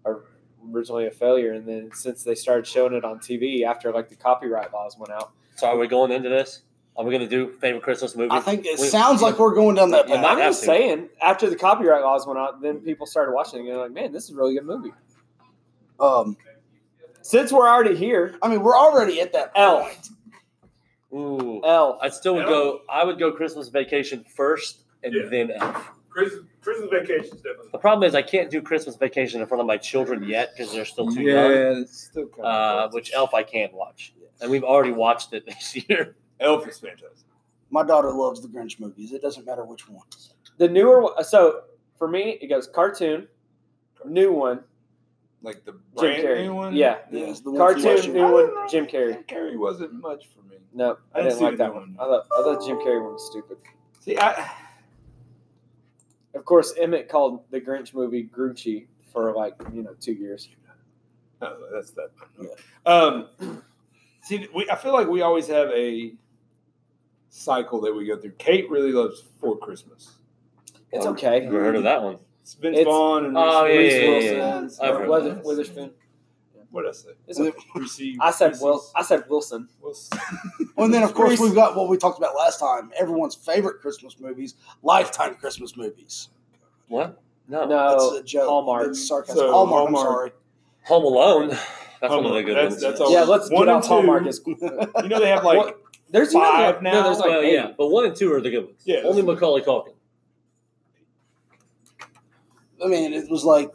are originally a failure, and then since they started showing it on TV after like the copyright laws went out,
So are we going into this? Are we going to do favorite Christmas movie?
I think it
We-
sounds like we're going down that
Yeah,
path.
and I'm
have
just
to.
saying after the copyright laws went out, then people started watching it and they're like, man, this is a really good movie.
Um,
Since we're already here,
I mean, we're already at that
Elf.
point.
Ooh,
Elf.
I still would go. I would go Christmas Vacation first, and
Yeah.
then Elf.
Christmas, Christmas vacation is definitely.
The problem is I can't do Christmas Vacation in front of my children yet because they're still too
it's still
young. Uh, which Elf I can watch, and we've already watched it this year.
Elf is fantastic.
My daughter loves the Grinch movies. It doesn't matter which one.
the newer one. So for me, it goes cartoon, new one,
Like the
Jim
brand new
Carrey.
one.
Yeah,
Yeah, it's the one she watched.
cartoon,
I
new
don't
one,
know.
Jim Carrey.
Jim Carrey wasn't much for me.
No, I,
I didn't
didn't
see
like
the
that
new
one.
one.
I thought I thought Jim Carrey one was stupid.
See, I
Of course, Emmett called the Grinch movie Grunchy for like you know two years.
no, that's that. Um, see, we, I feel like we always have a cycle that we go through. Kate really loves Four Christmas.
It's
Um,
okay.
Never heard of that one.
It's Vince
It's-
Vaughn and
Oh, yeah,
Reese
yeah, yeah,
Wilson.
yeah.
It's
I've heard
not
of
Wither-
nice.
Witherspoon.
What'd I say?
It's okay.
Reese-
I said
Reese's-
Will. I said Wilson.
Wilson.
Well, Oh, and then of course
Reese-
we've got what we talked about last time. Everyone's favorite Christmas movies, lifetime Christmas movies.
What? No.
That's
No,
a joke.
Hallmark.
That's sarcasm.
Oh, So,
Hallmark, I'm
Hallmark.
sorry.
Home Alone. That's one of the
Hallmark.
good
That's-
ones.
that's
all-
yeah. Let's
One
get
and
off Hallmark.
two.
Is,
You know they have like
What? there's
Five
no,
now?
No, there's like
well,
eight.
yeah, but one and two are the good ones.
Yeah.
Only Macaulay Culkin.
I mean, it was like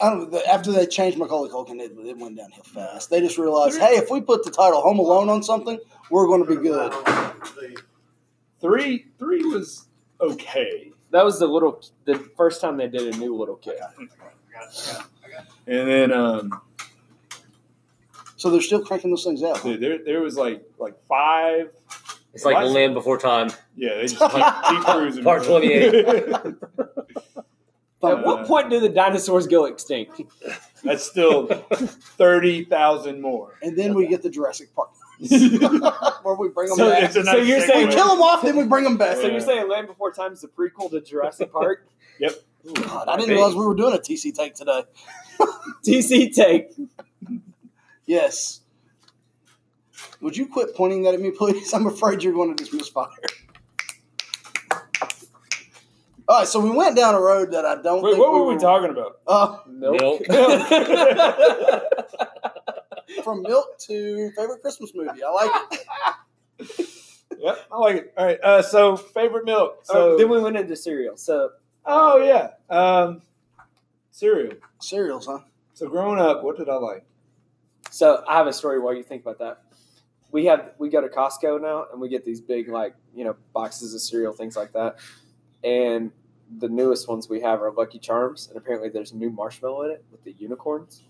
I don't. know, After they changed Macaulay Culkin, it, it went downhill fast. They just realized, hey, if we put the title Home Alone on something, we're going to be good.
three. Three was okay,
That was the little the first time they did a new little kid.
and then um,
So they're still cranking those things out.
dude, there there was like like five.
It's like
What?
Land Before Time.
Yeah, they just keep, keep cruising.
Part 28.
At what point do the dinosaurs go extinct?
That's still thirty thousand more.
And then we get the Jurassic Park where we bring them
So
back.
it's a
So
nice
you're
segue.
We
saying
kill them off, then we bring them back.
So
Yeah.
you're saying Land Before Time is the prequel to Jurassic Park?
God, I didn't realize we were doing a TC take today.
DC take.
Yes. Would you quit pointing that at me, please? I'm afraid you're going to just misfire. All right, so we went down a road that I don't.
Wait,
think
what were we
were-
talking about?
Uh,
Milk.
from milk to favorite Christmas movie. I like it.
Yep, I like it. All right, uh, so favorite milk. So
So Uh, then we went into cereal. So
oh yeah, um, cereal.
cereals, huh?
So growing up, what did I like?
so I have a story while you think about that. We have we go to Costco now and we get these big like, you know, boxes of cereal, things like that. And the newest ones we have are Lucky Charms, and apparently there's a new marshmallow in it with the unicorns.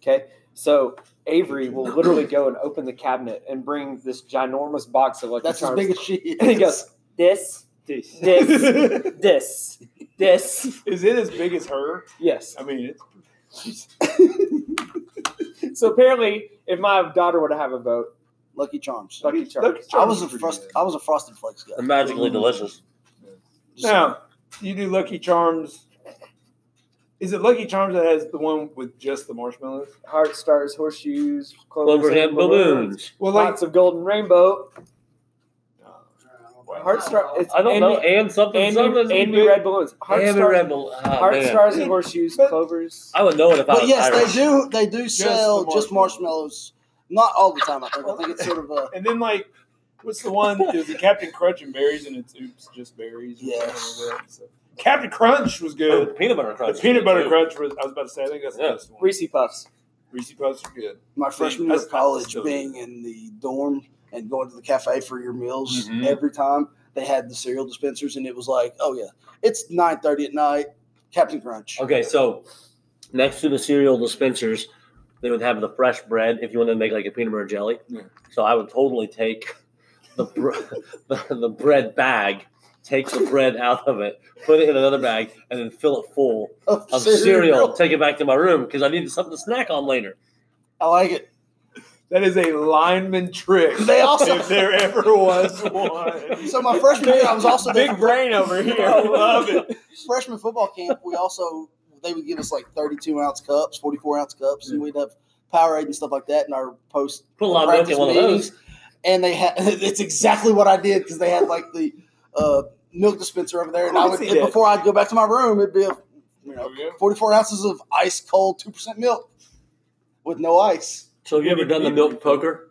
Okay. So Avery will literally go and open the cabinet and bring this ginormous box of Lucky
That's as
Charms.
big as she is.
and he goes, This,
This.
This. this, this.
Is it as big as her?
Yes.
I mean, it's.
So apparently, if my daughter were to have a vote,
Lucky Charms.
Lucky Charms.
I was a
pretty
frost.
good.
I was a Frosted Flakes guy.
They're magically delicious.
Just-
Now, you do Lucky Charms. Is it Lucky Charms that has the one with just the marshmallows?
heart stars, horseshoes, clovers,
Overhead
and balloons,
balloons.
Well, like
lots of golden rainbow, heart star. It's
I don't
and
know. And something.
and,
something.
red balloons. Heart
Andy
stars,
Red Bull. Oh,
heart
man.
stars and horseshoes,
But-
clovers.
I would know it if I
But
was
yes,
Irish.
they do. They do
Just
sell
the
just marshmallows.
marshmallows.
Not all the time. I think. I think it's sort of a
and then like, what's the one? It was the Captain Crunch and berries, and it's oops, just berries. Or
Yes.
something like that. So, Captain Crunch was
Or the
good.
Oh, peanut butter
The
crunch.
peanut butter
Ooh.
crunch was. I was about to say. I think that's
Yeah.
the best one.
Reese Puffs.
Reese Puffs are good.
my freshman year of
That's not
college
still-
being in the dorm and going to the cafe for your meals
Mhm.
every time they had the cereal dispensers and it was like, oh yeah, it's nine thirty at night. Captain Crunch.
Okay, so next to the cereal dispensers, they would have the fresh bread if you wanted to make like a peanut butter jelly.
Yeah.
So I would totally take the, br- the the bread bag, take the bread out of it, put it in another bag, and then fill it full
Oh,
of cereal. Take it back to my room because I needed something to snack on later.
I like it.
That is a lineman trick.
They also-
if there ever was one.
So my freshman year, I was also there
big
for-
brain over here. I love it.
freshman football camp, we also they would give us like 32 ounce cups, 44 ounce cups,
Mm.
and we'd have Powerade and stuff like that in our post
Put a lot of milk in
practice
one of
meetings.
those.
and they had it's exactly what I did because they had like the uh, milk dispenser over there, and I
Of course
would
he did.
before I'd go back to my room, it'd be a, you know
Oh, yeah?
forty four ounces of ice cold two percent milk with no ice.
So have you ever done the milk poker?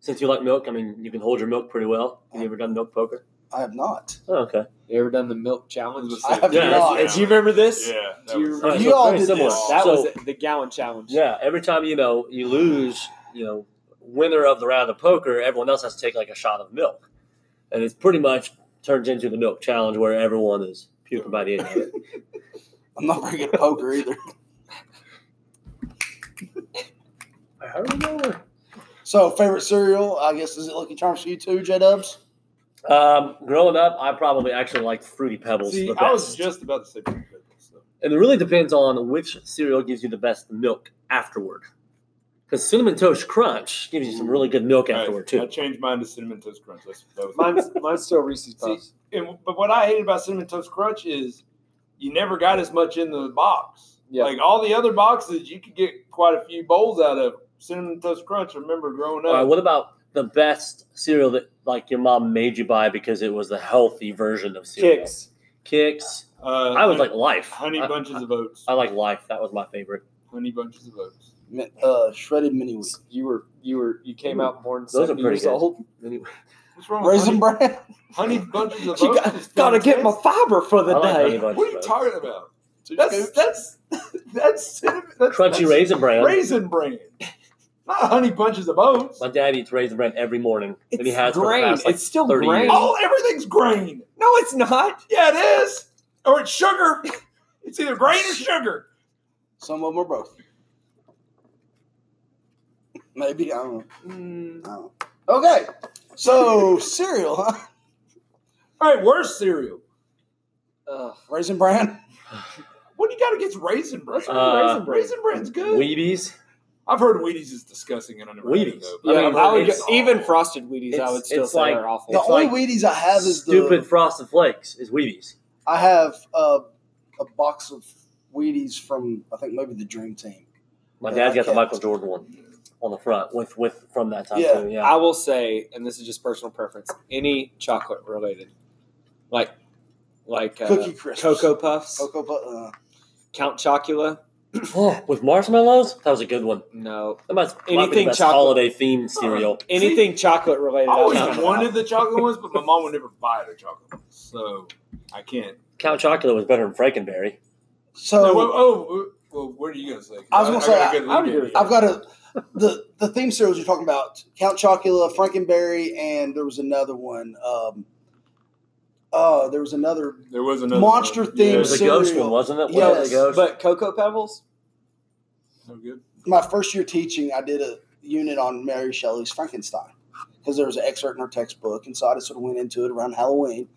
Since you like milk, I mean, you can hold your milk pretty well. Have you ever done milk poker?
I have not.
Oh, okay.
You ever done the milk challenge?
I have
Yeah,
not.
that's-
Do you remember this?
Yeah.
Do you
All right,
You
so
all
very
did
similar.
this.
That
So-
was the gallon challenge.
Yeah, every time you know you lose, you know, winner of the round of poker, everyone else has to take like a shot of milk, and it's pretty much turns into the milk challenge where everyone is puking by the end of it.
I'm not very good at poker either.
How do we know we're-
So favorite cereal, I guess, is it Lucky Charms for you too, J Dubs?
Um, growing up, I probably actually liked Fruity Pebbles
See,
the
I was
best,
just about to say Fruity Pebbles. So.
and it really depends on which cereal gives you the best milk afterward. Because cinnamon toast crunch gives you some really good milk afterward
I, I
too.
changed mine to Cinnamon Toast Crunch. That's, that was
Mine's, mine's still Reese's
See,
Puffs.
and, but what I hated about cinnamon toast crunch is you never got as much in the box.
Yeah.
Like all the other boxes, you could get quite a few bowls out of cinnamon toast crunch. I remember growing
All right,
up.
what about the best cereal that like your mom made you buy because it was the healthy version of cereal?
Kicks.
Kicks.
uh,
I was like life.
honey
I-
bunches of oats.
I like life. That was my favorite.
honey bunches of oats.
Mi- Uh, shredded mini wheat,
You were you were you came out born
Those are
seven
pretty
years
good.
old.
Anyway,
What's wrong? with
raisin
honey,
bran.
honey bunches of
You
oats.
got,
is
gotta get my
fantastic.
fiber for the
I like Honey
day.
Bunches
What are you
of Oats.
talking about?
That's-
That's that's that's cinnamon. That's,
Crunchy
that's
raisin bran.
raisin bran. Not honey bunches of oats.
My dad eats raisin bran every morning, and he
It's
has for
grain.
the past like
It's still
30
grain.
years.
Oh, everything's grain.
No, it's not.
Yeah, it is. Or it's sugar. It's either grain or sugar.
Some of them are both. Maybe I don't know.
Mm,
I don't know. Okay, so cereal, huh?
All right, worst cereal.
Ugh.
Raisin bran.
What do you got against raisin bran?
Uh,
raisin, bran. raisin bran's good.
Wheaties.
I've heard Wheaties is disgusting, and I never had it,
Wheaties.
though.
I mean,
Yeah,
I've
I would
it's-
go- even frosted Wheaties, I
it's-
would still
it's
say
like-
are awful.
The
It's
only
like
Wheaties I have is the
Stupid frosted flakes is Wheaties.
I have uh, a box of Wheaties from I think maybe the Dream Team.
My
Yeah,
dad's got the
okay.
Michael Jordan one on the front with with from that time
Yeah.
too. Yeah.
I will say, and this is just personal preference, any chocolate related, like like uh,
Cookie crisps,
Cocoa Puffs,
cocoa, pu- uh,
Count Chocula.
Oh, with marshmallows, that was a good one.
No,
That might, might be the
Anything
best
chocolate.
holiday themed cereal.
anything chocolate
I
related. I
always
was kind of
wanted
out.
the chocolate ones, but my mom would never buy the chocolate ones, so I can't.
Count Chocula was better than Frankenberry.
So
No, well, oh, well, what are you gonna say?
I was gonna say,
got a good
I- I would
lead-in
agree with
here.
I've got a the the theme cereals you're talking about: Count Chocula, Frankenberry, and there was another one. Um, uh, there was another.
There was another
Monster
one.
themed
It was a ghost
Cereal.
one, wasn't it?
Yes.
Was it a ghost?
But Cocoa Pebbles,
So good.
My first year teaching, I did a unit on Mary Shelley's Frankenstein because there was an excerpt in her textbook, and so I just sort of went into it around Halloween.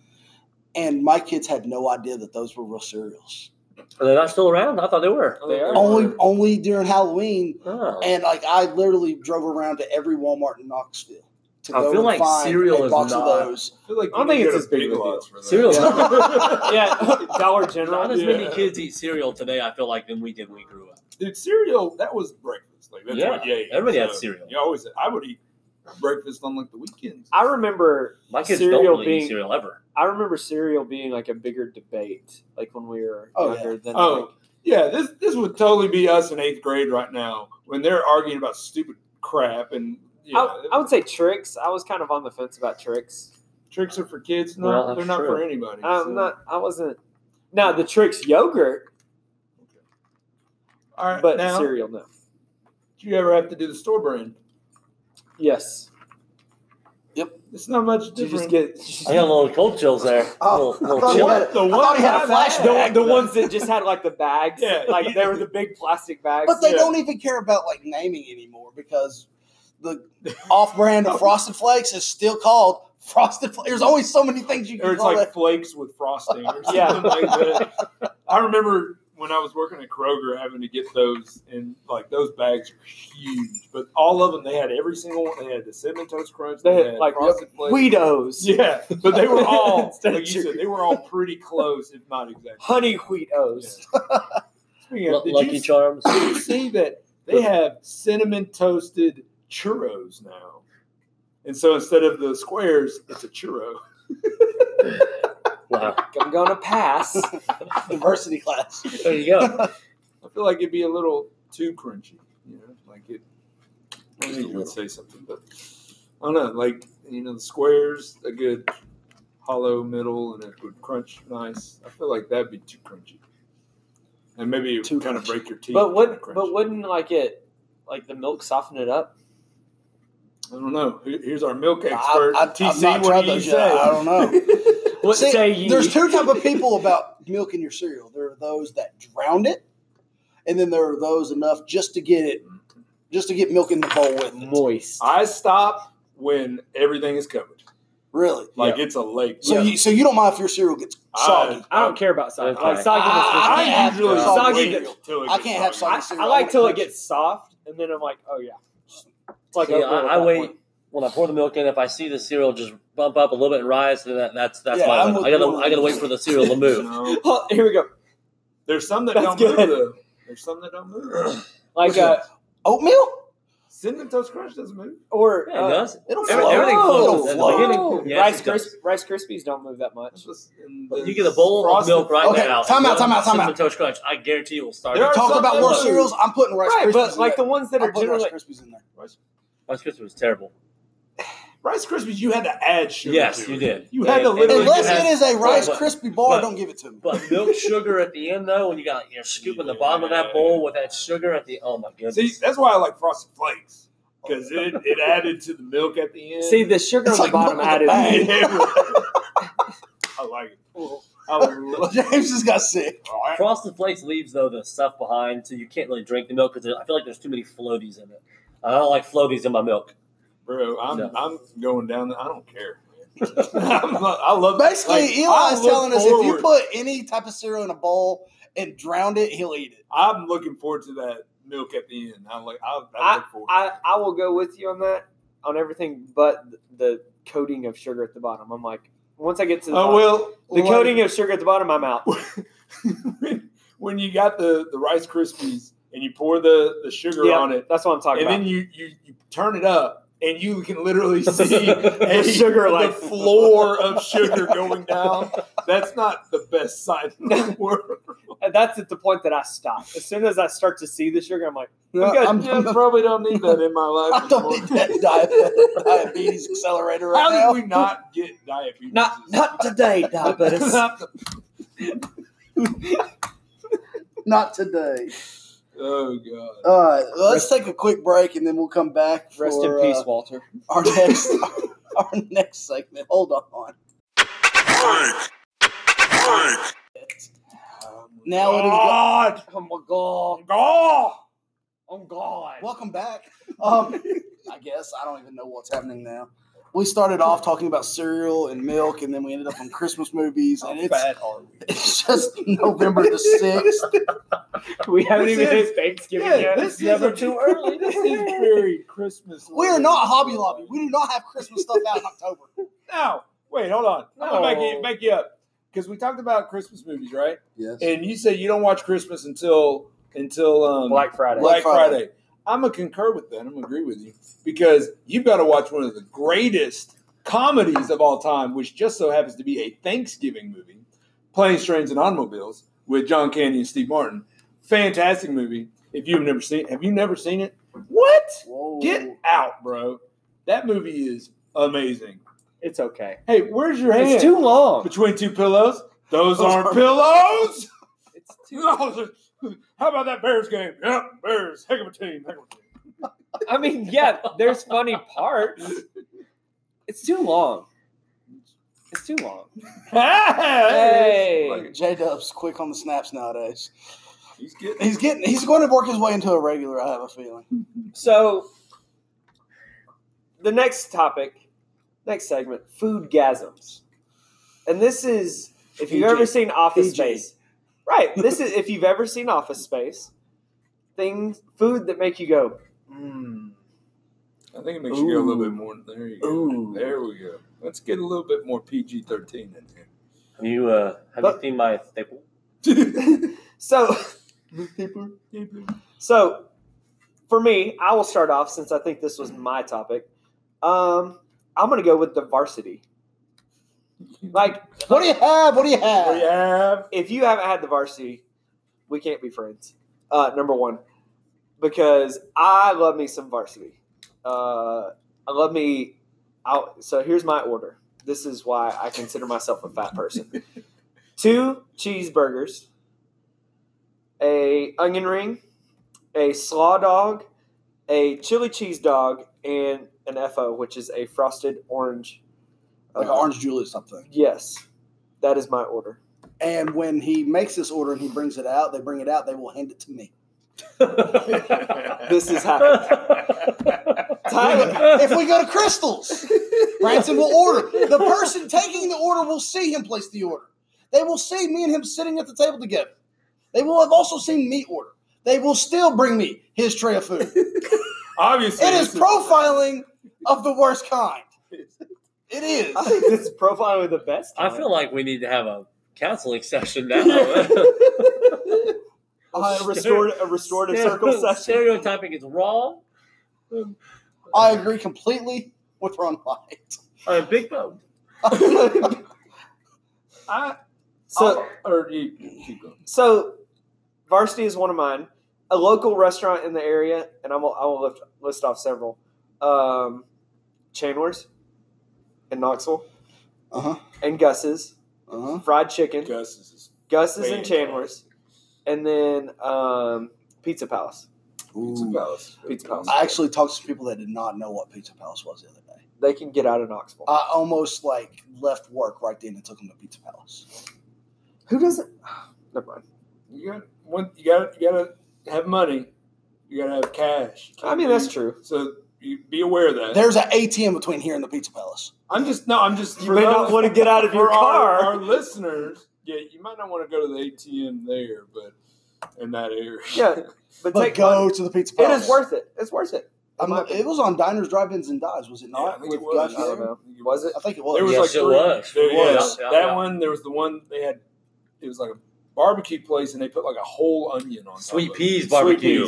And my kids had no idea that those were real cereals.
Are they not still around? I thought they were.
They are.
Only, only during Halloween
Oh.
And like I literally drove around to every Walmart in Knoxville to
I
go
feel
and
like
find
cereal
a
is
box
not-
of those.
I feel like
I don't
you
think it's
go
as
to
big of
Big
a deal.
Lots for that.
Cereal's
yeah, Dollar
Not
General.
as many
Yeah.
kids eat cereal today, I feel like, than we did when we grew up.
dude, cereal that was breakfast. Like that's
Yeah,
what, yeah, yeah.
everybody had
So,
cereal.
You always, I would eat breakfast on like the weekends.
I remember
My kids
Cereal
don't really
being-
eat cereal ever.
I remember cereal being like a bigger debate, like when we were
Oh, yeah.
younger than
Oh.
like
Yeah, this this would totally be us in eighth grade right now when they're arguing about stupid crap and yeah,
I, I would say tricks. I was kind of on the fence about tricks.
tricks are for kids. No,
Well, that's
they're not
true.
for anybody. so-
I'm not. I wasn't. Now the tricks yogurt,
All right,
but
now,
cereal no.
do you ever have to do the store brand?
Yes,
It's not much
you
different.
just get
I got a little cold chills there.
Oh,
little, little
I thought
chill.
you had,
The
I
one
thought you had a
I've had.
flashback.
the, the ones that just had like the bags.
Yeah.
like they were the big plastic bags.
But they
Yeah.
don't even care about like naming anymore because the off-brand of Frosted Flakes is still called Frosted Flakes. There's always so many things you
or
can
it's
call
like
it.
flakes with frosting or something
Yeah.
like that. I remember when I was working at Kroger having to get those, and like those bags are huge. But all of them, they had every single one. They had the cinnamon toast crunch.
They had, like,
frosted flakes.
Wheatos,
Yeah, but they were all
Instead of
like you said,
sugar.
they were all pretty close, if not exactly.
honey Wheatos.
Speaking of,
Lu-
did
Lucky
you
Charms.
Did you see that they have cinnamon toasted churros now? And so instead of the squares, it's a churro.
Wow.
I'm going to pass.
Diversity class.
There you go.
I feel like it'd be a little too crunchy, you know, like it. I
Just a
think you
little.
would say something, but I don't know. Like you know, the squares, a good hollow middle, and it would crunch nice. I feel like that'd be too crunchy, and maybe it
Too
would kind of
crunchy.
break your teeth.
but
kinda
would
crunchy.
but wouldn't like it like the milk soften it up?
I don't know. Here- Here's our milk
I-
expert,
I- I've
TC.
not
what
tried
do you
those yet.
say?
I don't know.
What
See,
say you?
There's two type of people about milk in your cereal. There are those that drown it, and then there are those enough just to get it, just to get milk in the bowl with it.
Moist.
I stop when everything is covered.
Really.
Like it's a lake.
So you so you don't mind if your cereal gets
I-
soggy.
I don't care about soggy.
Okay.
Like soggy
Ah,
is
I
I
can't
usually
have
soggy.
soggy.
wait till it
I
gets
can't have
soggy.
soggy
I,
cereal.
I like till it
want
gets soft, and then I'm like, oh yeah. It's like
See,
oatmeal at
I, I
that
wait
point.
when I pour the milk in. If I see the cereal just bump up a little bit and rise, then that, that's that's
Yeah,
my.
I'm
limit.
with
I gotta
you on
I gotta wait
that.
for the cereal to move.
No.
Oh, here we go.
There's some that
That's
don't move
good.
though. There's some that don't move.
Like
Listen.
uh,
oatmeal.
Cinnamon Toast Crunch doesn't move.
or
Yeah, it
uh,
does.
It'll
Every-
flow.
everything
It'll
flows. At the
flow.
beginning- Yes,
Rice
it does.
crisp, Rice Krispies don't move that much.
That's just- and
But
then
you get a bowl of
frosted- Oh,
milk right
Okay,
now.
time out, time out, time
Cinnamon
out.
Toast Crunch. I guarantee you will start.
There
it.
are
Talk
some
about
that
more
move.
cereals. I'm putting Rice
right,
Krispies.
but like the
in
ones that
there.
are
I'm putting
generally
Rice Krispies in there.
Rice,
Rice Krispies was terrible.
Rice Krispies, you had to add sugar.
Yes,
to
you
it.
did.
You had to
And- and-
literally.
Unless
has-
it is a Rice
but-
Krispie bar,
but-
don't give it to me.
But milk sugar at the end though, when you got you're scooping the bottom of that bowl with that sugar at the oh my goodness.
See, that's why I like Frosted Flakes because it, it added to the milk at the end.
see the sugar
It's
on
like
the bottom
milk in
added.
a
Yeah,
bag.
right. I like it. I
Well,
love
James just got sick.
it.
Frosted Flakes leaves though the stuff behind, so you can't really drink the milk because I feel like there's too many floaties in it. I don't like floaties in my milk.
Bro, I'm
No.
I'm going down. The, I don't care. I'm not- I love.
Basically,
like,
Eli
I
is
look
telling us if you
forward-
put any type of cereal in a bowl and drowned it, he'll eat it.
I'm looking forward to that milk at the end. I'm like, I, I, look forward.
I, I will go with you on that on everything but the coating of sugar at the bottom. I'm like, once I get to the,
oh
bottom,
well,
the coating of sugar at the bottom, I'm out.
when, when you got the the Rice Krispies and you pour the the sugar
Yeah,
on it,
That's what I'm
and
talking
then
about.
you, you you turn it up, and you can literally see a,
sugar, like-
the floor of sugar going down. That's not the best sight in the world.
And that's at the point that I stop. As soon as I start to see the sugar, I'm like,
No,
Good.
I'm-
Yeah, probably don't need that in my life.
I don't
anymore.
need that diabetic diabetes accelerator right
How
now.
did we not get diabetes?
not not today, diabetes.
Not today.
oh god.
All right, let's take a quick break and then we'll come back. For,
Rest in peace,
uh,
Walter.
our next our next segment. Hold on. Now it is.
God.
Oh my god.
God.
Oh god.
Welcome back. Um, I guess I don't even know what's happening now. We started off talking about cereal and milk, and then we ended up on Christmas movies, and
How
it's
bad are we?
it's just November the sixth.
We haven't
This
even
is-
hit Thanksgiving
Yeah,
yet.
this
It's never
is
too early.
This is very Christmas.
We are not Hobby Lobby. We do not have Christmas stuff out in October.
Now, wait, hold on. I'm gonna back you,
No.
back you up because we talked about Christmas movies, right?
Yes.
And you say you don't watch Christmas until until um,
Black Friday.
Black
Black
Friday.
Friday.
I'm gonna concur with that. I'm gonna agree with you because you've got to watch one of the greatest comedies of all time, which just so happens to be a Thanksgiving movie, Planes, Trains, and Automobiles with John Candy and Steve Martin. Fantastic movie. If you've never seen, have you never seen it? What?
Whoa.
Get out, bro. That movie is amazing.
It's okay.
Hey, where's your hand?
It's too long.
Between two pillows. Those
Those
aren't
aren't-
pillows.
It's too.
Those are- How about that Bears game? Yep, Bears. Heck of a team. Heck of a team.
I mean, yeah, there's funny parts. It's too long. It's too long. Hey.
J Dub's quick on the snaps nowadays.
He's getting.
He's getting he's going to work his way into a regular. I have a feeling.
So, the next topic, next segment, food gasms, and this is if you've
PG.
ever seen Office
PG.
Space, right? This is if you've ever seen Office Space, things, food that make you go,
Hmm. I think it makes you go a little
Ooh.
bit more. There you go.
Ooh.
There we go. Let's get a little bit more PG thirteen in here.
Have you uh, have
But-
you seen my staple?
So So, for me, I will start off since I think this was my topic. Um, I'm going to go with diversity. Like,
What do you have? What do you have?
We have
if you haven't had the varsity, we can't be friends. Uh, number one, because I love me some varsity. Uh, I love me. I'll, so here's my order. This is why I consider myself a fat person. Two cheeseburgers, a onion ring, a slaw dog, a chili cheese dog, and an FO, which is a frosted orange.
Like an
uh,
orange Julius something.
Yes, that is my order.
And when he makes this order and he brings it out, they bring it out, they will hand it to me.
This is happening. Tyler,
if we go to Crystal's, Branson will order. The person taking the order will see him place the order. They will see me and him sitting at the table together. They will have also seen me order. They will still bring me his tray of food. It
obviously
is
this
profiling of the worst kind. It is.
I think this is probably the best.
I feel like we need to have a counseling session now.
Uh, a restored a restorative circle session.
Stereotyping is wrong.
I agree completely with Ron White. Uh-huh,
I'm big bone.
I,
So
or you, keep going.
so, varsity is one of mine. A local restaurant in the area, and I'm gonna- I will lift, list off several. Um, Chandler's in Knoxville
Uh huh.
and Gus's
Uh huh.
fried chicken.
Gus is his
Gus's and
Fantastic.
Chandler's, and then um, Pizza Palace.
pizza palace.
Pizza Palace.
I actually talked to people that did not know what Pizza Palace was the other day.
They can get out of Knoxville.
I almost like left work right then and took them to Pizza Palace.
Who doesn't? Never mind.
You got one. You got you got to have money. You got to have cash.
I mean that's true.
So you be aware of that.
There's an ATM between here and the Pizza Palace.
I'm just no. I'm just.
You
for
may not
those-
want to get out of your
for our,
car.
our listeners. Yeah, you might not want to go to the ATM there, but in that area.
Yeah, but,
But
take
go to the Pizza
It
Palace.
is worth it. It's worth it.
I'm
It might
not-
be.
it was on Diners, Drive-Ins, and Dives, was it
Yeah, I
not?
think
With
it was.
Gus
I don't
Hill?
know. Was it?
I think it
There
was.
was
Yes,
like
it
three-
was.
There
It
was
was. Yeah,
that
yeah.
one. There was the one they had. It was like a barbecue place, and they put like a whole onion on top
Sweet
of it.
peas barbecue.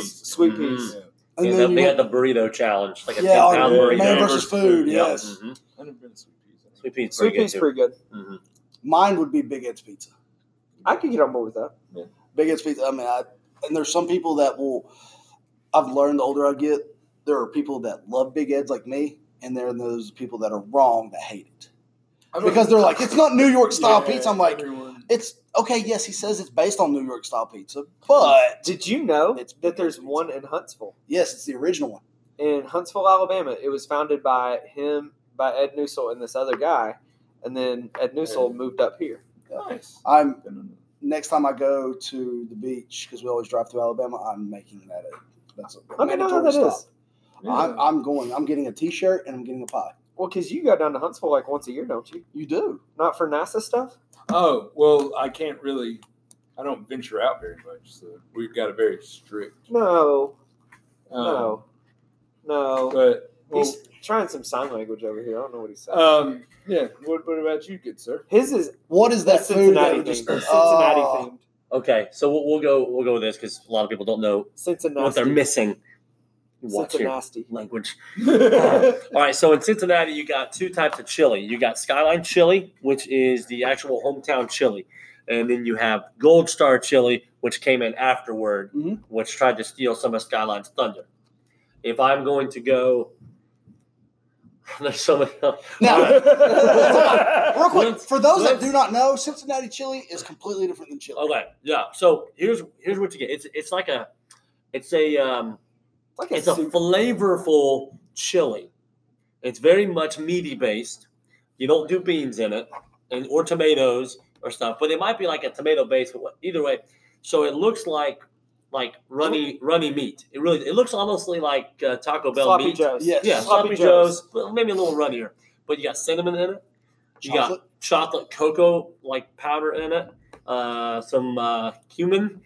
Sweet peas. Sweet
Mm.
peas.
Yeah.
and
Yeah,
then
that-
you
they had
had
the burrito challenge, like a
Yeah,
ten pound
yeah.
burrito.
man
burritos.
versus food.
Yeah.
Yes,
Mhm.
I never been to sweet peas.
Sweet peas,
Sweet
pretty
pea's
good.
pretty good.
too. Mhm.
mine would be Big Ed's Pizza.
I could get on board with that.
Big Ed's Pizza. I mean, I, and there's some people that will. I've learned the older I get, there are people that love Big Ed's like me, and there are those people that are wrong that hate it
I don't-
because they're like, it's not New York style
Yeah,
pizza. I'm like,
everyone-
it's okay. Yes, he says it's based on New York style pizza, but
Did you know
It's
that there's
pizza.
one in Huntsville?
yes, it's the original one.
In Huntsville, Alabama, it was founded by him, by Ed Newsel, and this other guy, and then Ed Newsel moved up here.
nice.
I'm next time I go to the beach because we always drive through Alabama, I'm making that a that's a
I don't know how that
mandatory stop.
is.
I'm, I'm going. I'm getting a T-shirt and I'm getting a pie.
Well, because you go down to Huntsville like once a year, don't you?
You do.
Not for NASA stuff.
Oh well, I can't really. I don't venture out very much, so we've got a very strict.
No,
Um,
no, no.
But well,
He's trying some sign language over here. I don't know what he's saying.
um, yeah. What, what about you, good sir?
His is
What is that food? that
Cincinnati
we
themed.
just-
Cincinnati
Oh,
themed.
Okay, so we'll, we'll go. We'll go with this because a lot of people don't know what they're
Cincinnati.
missing. Watch your
Cincinnati.
language. All right, so in Cincinnati, you got two types of chili. You got Skyline chili, which is the actual hometown chili, and then you have Gold Star chili, which came in afterward,
Mm-hmm.
Mhm.
which tried to steal some of Skyline's thunder. If I'm going to go, there's so many.
Now, real quick,
Let's-
for those that
let's-
do not know, Cincinnati chili is completely different than chili.
Okay, yeah. So here's here's what you get. It's it's like a it's a um,
Like
it's a
soup.
flavorful chili. It's very much meaty based. You don't do beans in it, and or tomatoes or stuff. But it might be like a tomato base. But what- either way, so it looks like like runny runny meat. It really it looks honestly like uh, Taco Bell
sloppy
meat.
joes.
Yes.
Yeah,
Sloppy
sloppy, joes, but maybe a little runnier. But you got cinnamon in it. You got
Chocolate.
chocolate cocoa like powder in it, uh, some uh, cumin.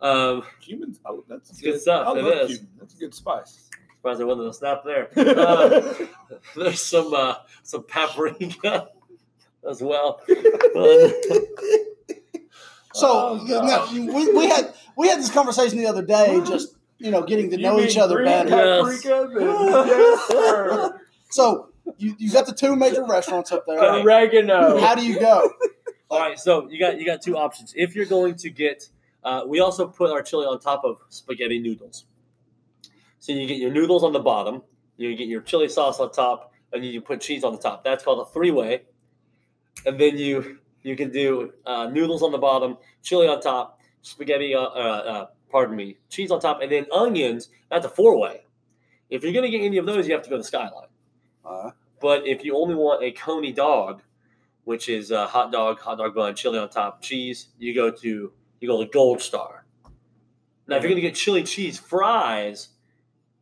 Um,
Cumans. Oh, that's
It's good stuff,
I
it
love
is.
cumin. That's a good spice.
surprised there wasn't a snap there. Uh, there's some uh, some paprika as well.
So
Oh,
you
gosh.
know, we, we had we had this conversation the other day, just you know, getting to
You
know
mean
each other
Green
better.
Yes.
paprika? Then yes, sir.
So you, you got the two major restaurants up there.
Correct.
Oregano.
How do you go?
All right, so you got you got two options. If you're going to get, uh, we also put our chili on top of spaghetti noodles. So you get your noodles on the bottom, you get your chili sauce on top, and you put cheese on the top. That's called a three-way. And then you you can do uh, noodles on the bottom, chili on top, spaghetti. Uh, uh, uh, pardon me, cheese on top, and then onions. That's a four-way. If you're going to get any of those, you have to go to Skyline.
Uh,
But if you only want a coney dog, which is a hot dog, hot dog bun, chili on top, cheese, you go to you go to Gold Star. Now, if you're gonna get chili cheese fries,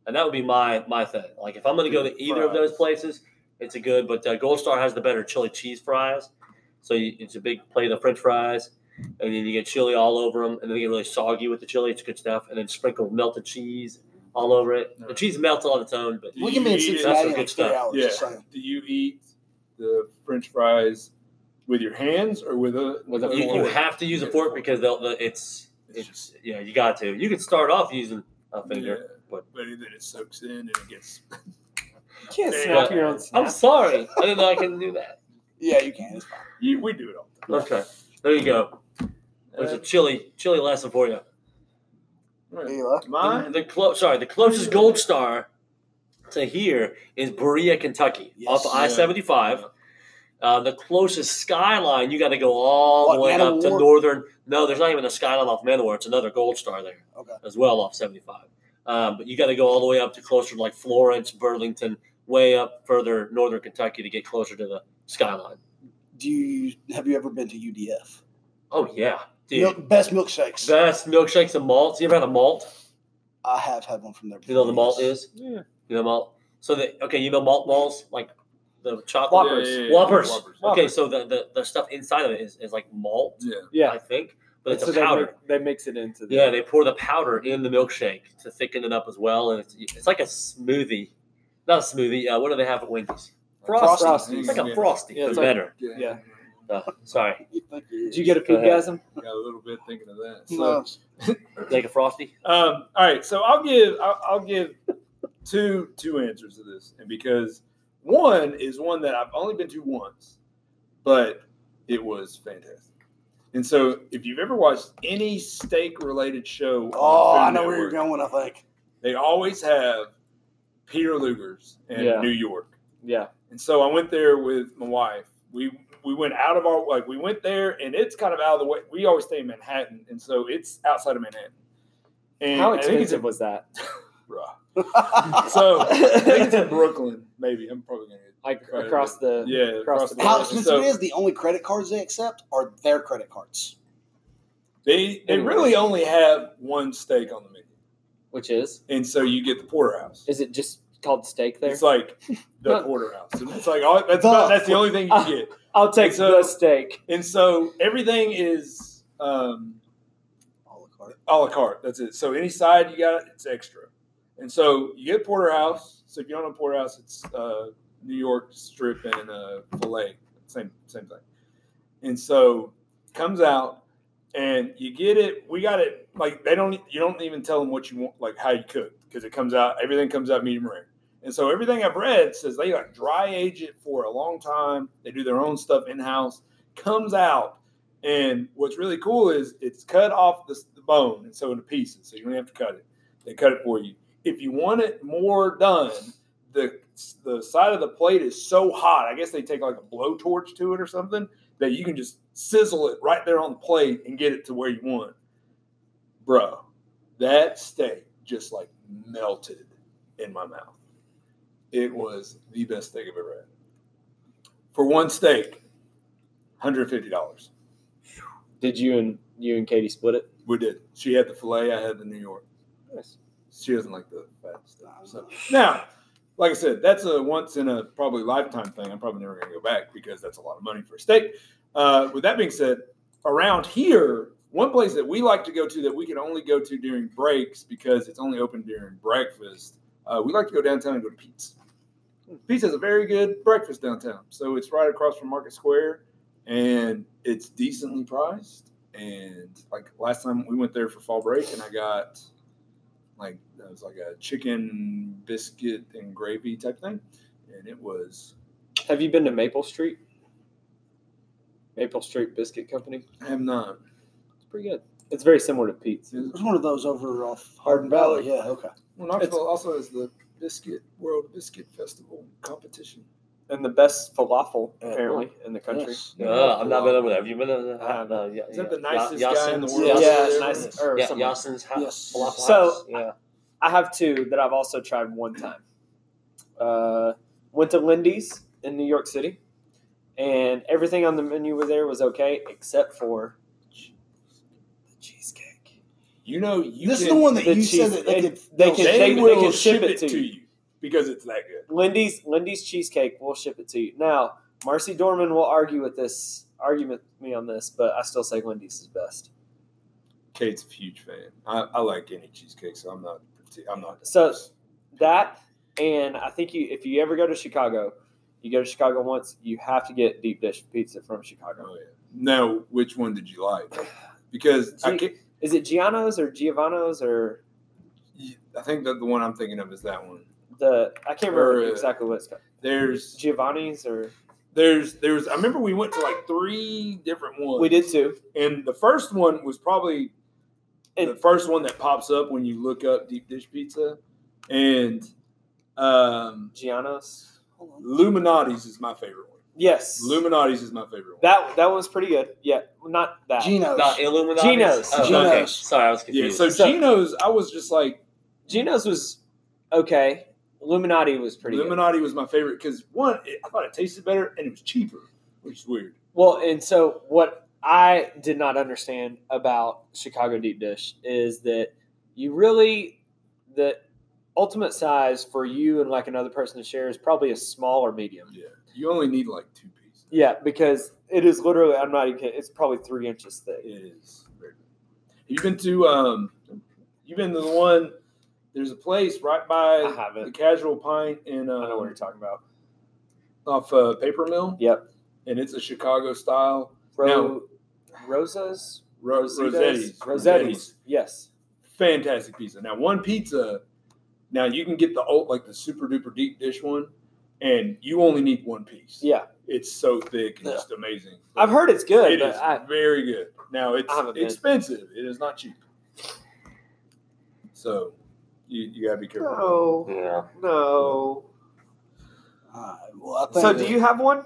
and that would be my my thing. Like if I'm gonna go to either of those places, it's a good. But uh, Gold Star has the better chili cheese fries, so you, it's a big plate of French fries, and then you get chili all over them, and then they get really soggy with the chili. It's good stuff, and then sprinkle melted cheese all over it. The cheese melts on its own, but
Do
we can be
you
in
eat it-
That's
69
some
in like
good
three
stuff.
hours.
Yeah.
So.
Do you eat the French fries with your hands or with a
With a you, you have to use a fork because they'll, the- it's,
It's
it's yeah you got to. You could start off using a finger.
Yeah.
but-
but then it soaks in and it gets.
You can't snap your own snap.
I'm sorry, I didn't know I couldn't do that.
Yeah, you can. It's fine.
You, we do it all. the time.
Okay, there you go. There's a chilly chilly lesson for you.
All right.
Mila.
Mine.
The clo- sorry, the closest gold star to here is Berea, Kentucky,
Yes.
off I seventy five. Uh, the closest skyline, you got to go all the
What,
way up to
Manowar?
northern. No, there's not even a skyline off Manowar. It's another gold star there.
Okay.
as well off 75. Um, but you got to go all the way up to closer to like Florence, Burlington, way up further northern Kentucky to get closer to the skyline.
Do you have you ever been to UDF?
Oh yeah, dude.
Milk, best milkshakes.
Best milkshakes and malts. You ever had a malt?
I have had one from there.
You know what the
before,
malt
yes.
is. You know malt. So the okay, you know malt balls like the chocolate
Whoppers.
Yeah, yeah, yeah.
Whoppers. Okay,
Whoppers.
so the, the the stuff inside of it is, is like malt,
Yeah.
Yeah.
I think, but it's
so
a
they, mi-
powder.
they mix it into the
Yeah, they pour the powder in the milkshake to thicken it up as well, and it's, it's like a smoothie. Not a smoothie. Uh, what do they have at Wendy's?
Frosty.
Frosty.
It's like a
Yeah.
frosty,
Yeah,
but
it's like-
better.
Yeah.
Uh, sorry,
Did you get a
Go ahead.
feedgasm?
Got a little bit thinking of that. So,
No.
like a frosty.
Um, all right, so I'll give I'll, I'll give two two answers to this, and because one is one that I've only been to once, but it was fantastic. And so, if you've ever watched any steak related show, on
Oh,
Food
I know where you're
Network,
going. I think.
They always have Peter Luger's in
Yeah.
New York.
Yeah.
And so I went there with my wife. We we went out of our like we went there and it's kind of out of the way. We always stay in Manhattan, and so it's outside of Manhattan. And
How
I think it's
expensive was that?
in- so I think it's in Brooklyn, maybe. I'm probably gonna
Like across the
yeah across
across the
the
How
Yeah,
expensive
So
it is? The only credit cards they accept are their credit cards.
They they
Anyway.
really only have one steak on the menu,
which is
and so you get the porterhouse.
is it just called steak there?
It's like the
But-
porterhouse, and it's like all, that's
The-
about, that's the only thing you get.
I'll take
So-
the steak.
And so everything is um,
A la carte.
a la carte. That's it. So any side you got, it's extra. And so you get porterhouse. So if you don't know porterhouse, it's uh, New York strip and uh, fillet, same same thing. And so comes out, and you get it. We got it. Like they don't. You don't even tell them what you want, like how you cook, because it comes out. Everything comes out medium rare. And so everything I've read says they like dry age it for a long time. They do their own stuff in house. Comes out, and what's really cool is it's cut off the, s- the bone, and so into pieces. So you don't have to cut it. They cut it for you. If you want it more done, the the side of the plate is so hot. I guess they take like a blowtorch to it or something that you can just sizzle it right there on the plate and get it to where you want. Bro, that steak just like melted in my mouth. It was the best steak I've ever had. For one steak, hundred fifty dollars.
Did you and you and Katie split it?
We did. She had the fillet. I had the New York. she doesn't like the fat stuff. So now, like I said, that's a once in a probably lifetime thing. I'm probably never going to go back because that's a lot of money for a steak. Uh, with that being said, around here, one place that we like to go to that we can only go to during breaks because it's only open during breakfast. Uh, we like to go downtown and go to Pete's. Pete's has a very good breakfast downtown, so it's right across from Market Square, and it's decently priced. and like last time we went there for fall break, and I got like it was like a chicken biscuit and gravy type thing, and it was
Have you been to Maple Street? Maple Street Biscuit Company.
I have not.
It's pretty good. It's very similar to Pete's.
It
It was one of those over off Hardin Valley. Yeah, okay.
Well, Knoxville also has the Biscuit World Biscuit Festival competition.
And the best falafel
Yeah.
apparently in the country.
Yes.
Uh, I've not been over there. Have you been over there?
I have.
Uh, yeah,
Is that
yeah.
the nicest
Ya-
guy in the
Yasin's-
world?
Yeah,
Yeah,
Yes.
it's nice. Or
Yeah,
something.
Yasin's house.
Yes.
falafel
So-
house. yeah.
I have two that I've also tried one time. Uh, went to Lindy's in New York City, and everything on the menu was there was okay except for the cheesecake.
You know, you
this is
can-
the one that
the
you
cheese-
said that they,
they-
could.
they
they'll
can-
ship
they,
they
it.
will
can
ship, it to you. because it's that good.
Lindy's Lindy's cheesecake, we'll ship it to you. Now, Marcy Dorman will argue with this argument with me on this, but I still say Lindy's is best.
Kate's a huge fan. I, I like any cheesecake, so I'm not. parti- I'm not.
So- That and I think you if you ever go to Chicago, you go to Chicago once, you have to get deep dish pizza from Chicago.
Oh, yeah. Now, which one did you like? Because I,
Gee-
can't,
Is it Giano's or Giovanni's or
I think that the one I'm thinking of is that one.
the I can't remember
Or, uh,
exactly what it's called.
There's,
Giovanni's or
there's, there's. I remember we went to like three different ones.
we did too.
and the first one was probably the
And
first one that pops up when you look up deep dish pizza, and um,
Giano's.
Hold on.
Luminati's is my favorite one.
Yes.
Luminati's is my favorite one.
that that one's pretty good. Yeah, not that.
Geno's.
Not Illuminati.
Geno's.
Oh, Okay.
Geno's.
Sorry, I was
yeah.
confused.
So,
So-
Gino's, I was just like.
Gino's was okay. Illuminati was pretty good.
Illuminati was my favorite because one, it, I thought it tasted better and it was cheaper, which is weird.
Well, and so what I did not understand about Chicago deep dish is that you really the ultimate size for you and like another person to share is probably a small or medium.
Yeah, you only need like two pieces.
Yeah, because it is literally I'm not even kidding, it's probably three inches thick.
It is. Very good. Have you been to um? You've been to the one. There's a place right
I
by the
haven't.
Casual Pint and
I know what
uh,
you're talking about.
off uh, Paper Mill.
Yep.
And it's a Chicago style
Ro- Rosas?
Ro-
Rositas?
Rosetti's.
Rosetti's. Yes.
Fantastic pizza. Now one pizza. Now you can get the old like the super duper deep dish one, and you only need one piece.
Yeah.
It's so thick and
Yeah.
just amazing.
I've heard it's good,
It is
but I,
very good. Now it's
I haven't been.
expensive. It is not cheap. So you, you gotta be careful.
No.
yeah.
No.
Alright, well, I think
So do you have one?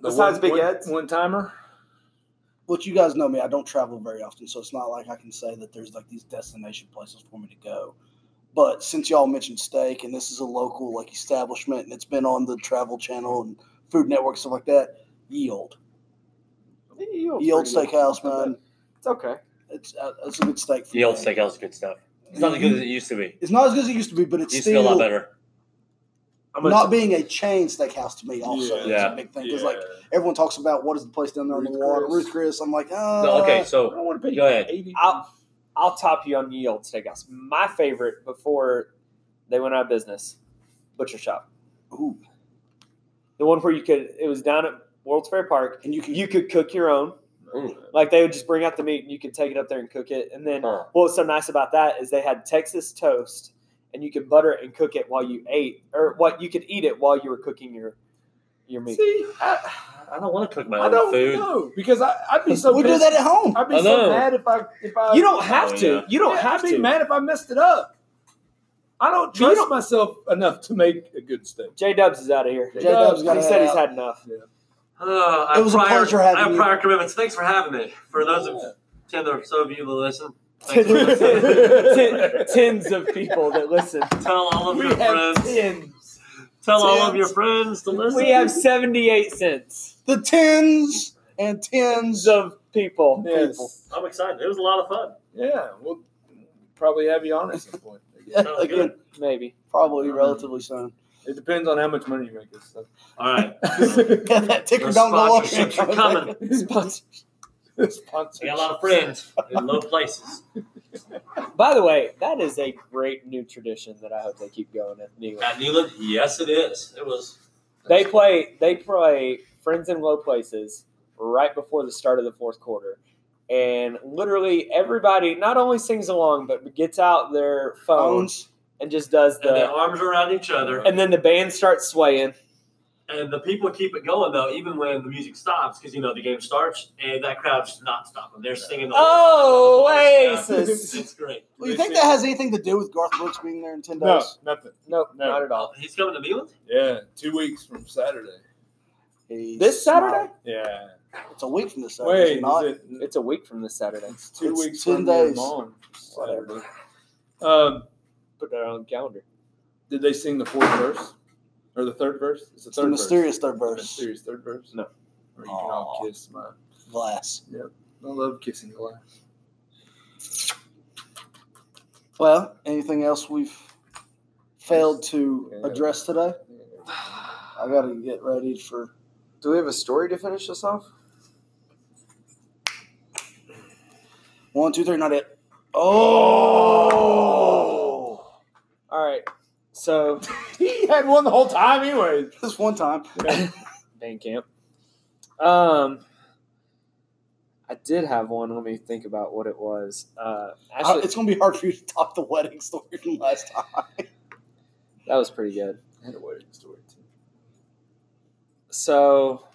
The
Besides
one-
Big
one-
Ed's?
one timer.
what you guys know me, I don't travel very often, so it's not like I can say that there's like these destination places for me to go. But since y'all mentioned steak, and this is a local like establishment, and it's been on the Travel Channel and Food Network stuff like that, Yield, Yield Steakhouse, man,
It's okay.
it's uh, it's a good steak. For
The old
me.
steakhouse is good stuff. It's not as good as it used to be.
It's not as good as it used to be, but
It
it's
used to be a
still
lot better.
I'm gonna
not being a chain steakhouse to me. Also,
Yeah.
is
Yeah.
a big thing because like everyone talks about what is the place down there on
Ruth
the water,
Chris.
Ruth Chris. I'm like, ah,
No, okay,
I
so
don't want to pay
Go ahead.
eighty.
I'll- I'll top you on Yield Steakhouse. My favorite before they went out of business, Butcher Shop.
"Ah, Ooh,
The one where you could, it was down at World's Fair Park.
and you can
You could cook your own. Like they would just bring out the meat and you could take it up there and cook it. And then
huh.
what was so nice about that is they had Texas toast and you could butter it and cook it while you ate, or what you could eat it while you were cooking your your meat.
See, I,
I don't want to cook my
I
own
don't
food.
know because I, I'd be so
we do
pissed.
that at home.
I'd be
I
so
know.
mad if I if I
You don't have
Oh,
to.
yeah.
You don't
Yeah,
have
I'd
to.
be mad if I messed it up. I don't
But you
trust
don't-
myself enough to make a good steak.
J Dubs is out of here.
J Dub's got
he
it
said he's
out.
had enough.
Uh, I
It was a
prior,
pleasure having
I have
you.
prior commitments. Thanks for having me. For those
Yeah.
of ten or so of you that listen, thanks for listening.
Ten- tens of people that listen.
tell all of
We
your
have
friends.
tens.
Tell all of
tens.
your friends to listen.
We have 78 cents
the tens and tens of
of people.
Yes.
I'm excited. It was a lot of fun.
Yeah, we'll probably have you on at some point.
Sounds
again,
good.
Maybe.
probably relatively soon.
It depends on how much money you make this stuff.
All right.
Got that ticker
Your
don't go up.
sponsorships are coming.
Sponsor-
I got a lot of friends in low places.
By the way, that is a great new tradition that I hope they keep going at Neyland.
At Neyland, yes, it is. It was.
They play they play Friends in Low Places right before the start of the fourth quarter. and literally everybody not only sings along but gets out their phones
Bones.
and just does
and their
the.
arms around each other.
And then the band starts swaying.
And the people keep it going though, even when the music stops, because you know the game starts, and that crowd's not stopping. They're singing the whole
Oh,
the whole crowd.
Oasis.
It's great.
Well, you think that has anything to do with Garth Brooks being there in ten
No,
days?
nothing.
Nope,
No.
not at all.
He's coming to Neyland.
Yeah, two weeks from Saturday.
He's
This Saturday?
not.
Yeah,
It's a week from this Saturday.
wait,
is it not?
is it
It's a week from this Saturday.
It's two
It's
weeks.
10
from your
days.
mom.
Whatever.
Um,
Put that on the calendar.
did they sing the fourth verse or the third verse? It's the
It's the
third
mysterious third
verse. The
verse.
mysterious third verse.
No.
Or you can all
Aw.
kiss my.
Glass.
I love kissing glass.
Well, anything else we've failed to
Yeah.
address today? I gotta get ready for.
Do we have a story to finish this off?
One, two, three, not it. Oh!
All right. So,
he had one the whole time, anyways.
This one time.
band camp. Um, I did have one. Let me think about what it was. Uh,
I-
actually,
it's gonna be hard for you to top the wedding story from last time.
that was pretty good.
I had a wedding story too.
So,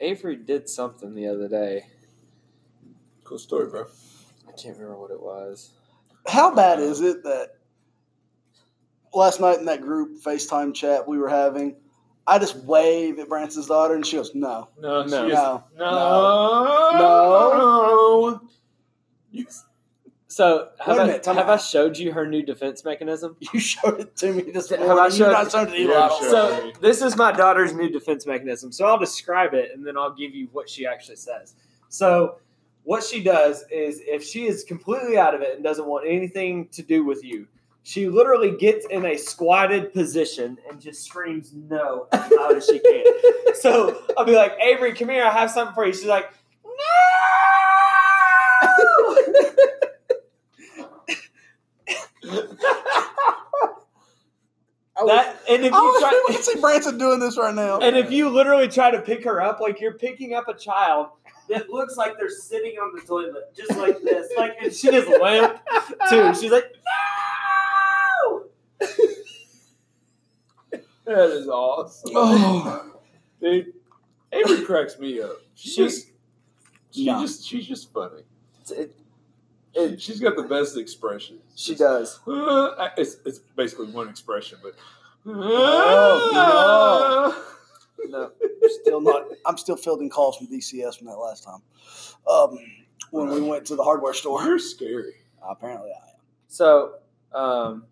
Avery did something the other day.
Cool story, bro.
I can't remember what it was.
How bad is it that last night in that group FaceTime chat we were having, I just wave at Branson's daughter and she goes, no.
No,
No.
she is-
No.
no, no. You,
So, have,
Wait a
I,
minute, time
have
out.
I showed you her new defense mechanism?
You showed it to me this
Have
morning.
I
you
showed-
not showed it to Eli.
Yeah,
I don't-
sure.
So, this is my daughter's new defense mechanism. So, I'll describe it and then I'll give you what she actually says. So, what she does is if she is completely out of it and doesn't want anything to do with you, she literally gets in a squatted position and just screams no as loud as she can. So I'll be like, Avery, come here, I have something for you. She's like, No!
I was-
that and if
I
you
was- I
try
Oh, can see Branson doing this right now.
and if you literally try to pick her up, like you're picking up a child that looks like they're sitting on the toilet, just like this. Like and she just limp too. She's like, No!
that is awesome,
oh,
dude. Avery cracks me up. She
She's-
just, she
No.
just, she's just funny.
It,
She, she's got the best expressions.
she does.
Uh, it's, it's basically one expression, but. uh,
Oh, No.
still not. I'm still fielding calls from DCS from that last time. Um, when we went to the hardware store.
You're scary.
Apparently, I
So, um,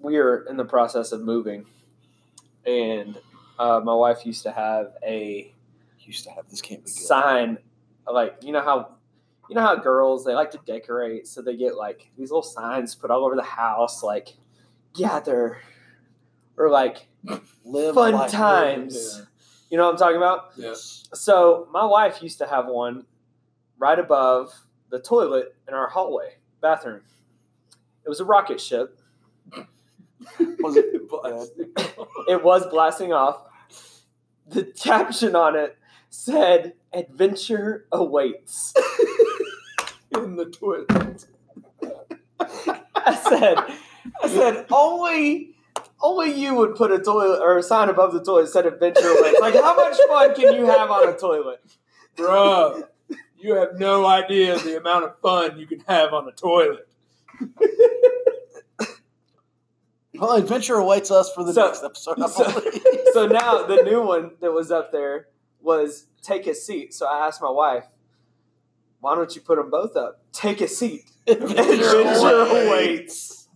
we are in the process of moving, and uh, my wife used to have a
used to have this can't be good.
sign, like you know how, you know how girls they like to decorate, so they get like these little signs put all over the house, like gather, or like
Live
fun
life.
times. You know what I'm talking about?
Yes.
So my wife used to have one right above the toilet in our hallway bathroom. It was a rocket ship.
Was it?
It was blasting off. The caption on it said "Adventure awaits."
In the toilet.
I said, I said only. Only you would put a toilet or a sign above the toilet that said "Adventure awaits." Like, how much fun can you have on a toilet?
Bro, you have no idea the amount of fun you can have on a toilet.
Well, adventure awaits us for the
So-
next episode. I
so-
believe.
so now the new one that was up there was take a seat. So I asked my wife, why don't you put them both up? Take a seat. Adventure awaits.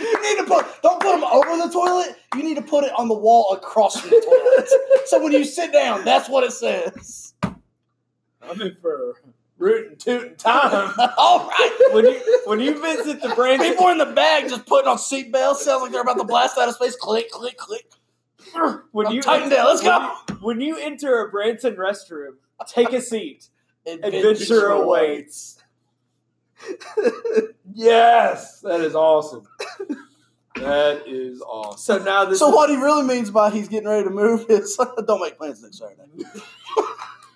You need to put don't put them over the toilet. You need to put it on the wall across from the toilet. so when you sit down, that's what it says.
I'm in for rootin' tootin' time.
All right.
When you when you visit the Branson
People in the bag just putting on seatbelts. Sounds like they're about to blast out of space. Click, click, click.
when
I'm
you
tightened down. Let's go.
when you enter a Branson restroom, take a seat.
Adventure,
Adventure awaits.
yes, that is awesome. That is awesome.
So now this
So
is,
what he really means by he's getting ready to move is don't make plans next Saturday.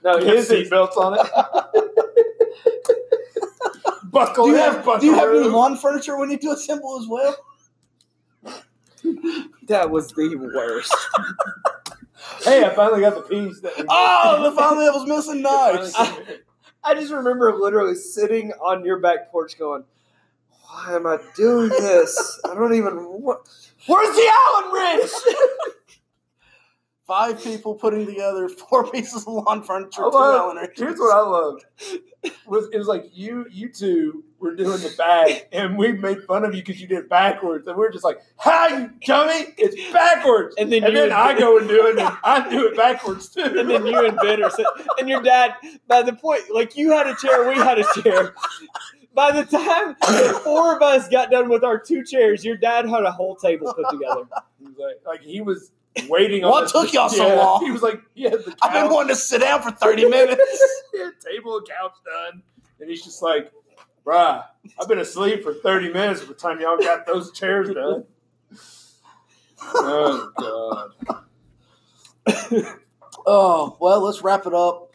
no
You have
his is,
seatbelts on it? Buckle
Do you
in,
have do you have
buckaroo.
new lawn furniture when you do assemble as well?
That was the worst.
Hey, I finally got the piece. That we
Oh, the finally that was missing. Nice.
I just remember literally sitting on your back porch going, why am I doing this? I don't even want. Where's the Allen wrench?
Five people putting together four pieces of lawn furniture.
Oh,
I
Two Allen
love- Here's what I loved. Was it was like you you two were doing the bag, and we made fun of you because you did it backwards, and we are just like, "How you dummy? It's backwards."
And then
And
you
then
and
I
Ben-
go and do it, and I do it backwards too.
And then you and Ben are sit- and your dad. By the point, like you had a chair, we had a chair. By the time the four of us got done with our two chairs, your dad had a whole table put together.
He was like, like he was waiting. on
What
us
took
to-
y'all so
Yeah.
long?
He was like, "Yeah, the couch,
I've been wanting to sit down for thirty minutes.
yeah, table and couch done," and he's just like, "Bruh, I've been asleep for thirty minutes by the time y'all got those chairs done." oh god.
Oh well, let's wrap it up.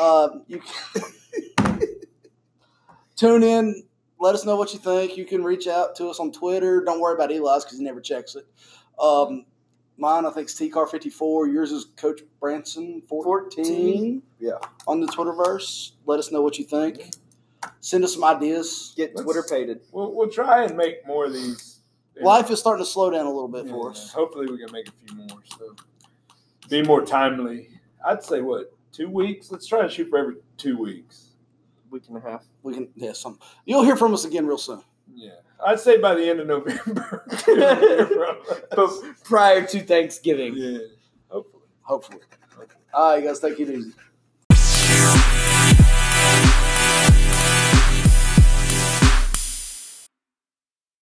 Um, you can- tune in. Let us know what you think. You can reach out to us on Twitter. Don't worry about Eli's because he never checks it. Um, mine, I think, is tcar54. Yours is Coach Branson 14. Yeah. On the Twitterverse. Let us know what you think. Send us some ideas.
Get
Let's-
Twitter pated.
We'll, we'll try and make more of these.
Life is starting to slow down a little bit
Yeah,
for us.
Hopefully, we can make a few more. So be more timely. I'd say what two weeks. Let's try and shoot for every two weeks.
Week and a half.
We can, yeah, some. You'll hear from us again real soon.
Yeah, I'd say by the end of November. you'll hear from us.
But prior to Thanksgiving.
yeah, hopefully.
Hopefully. All right, guys. Take it easy.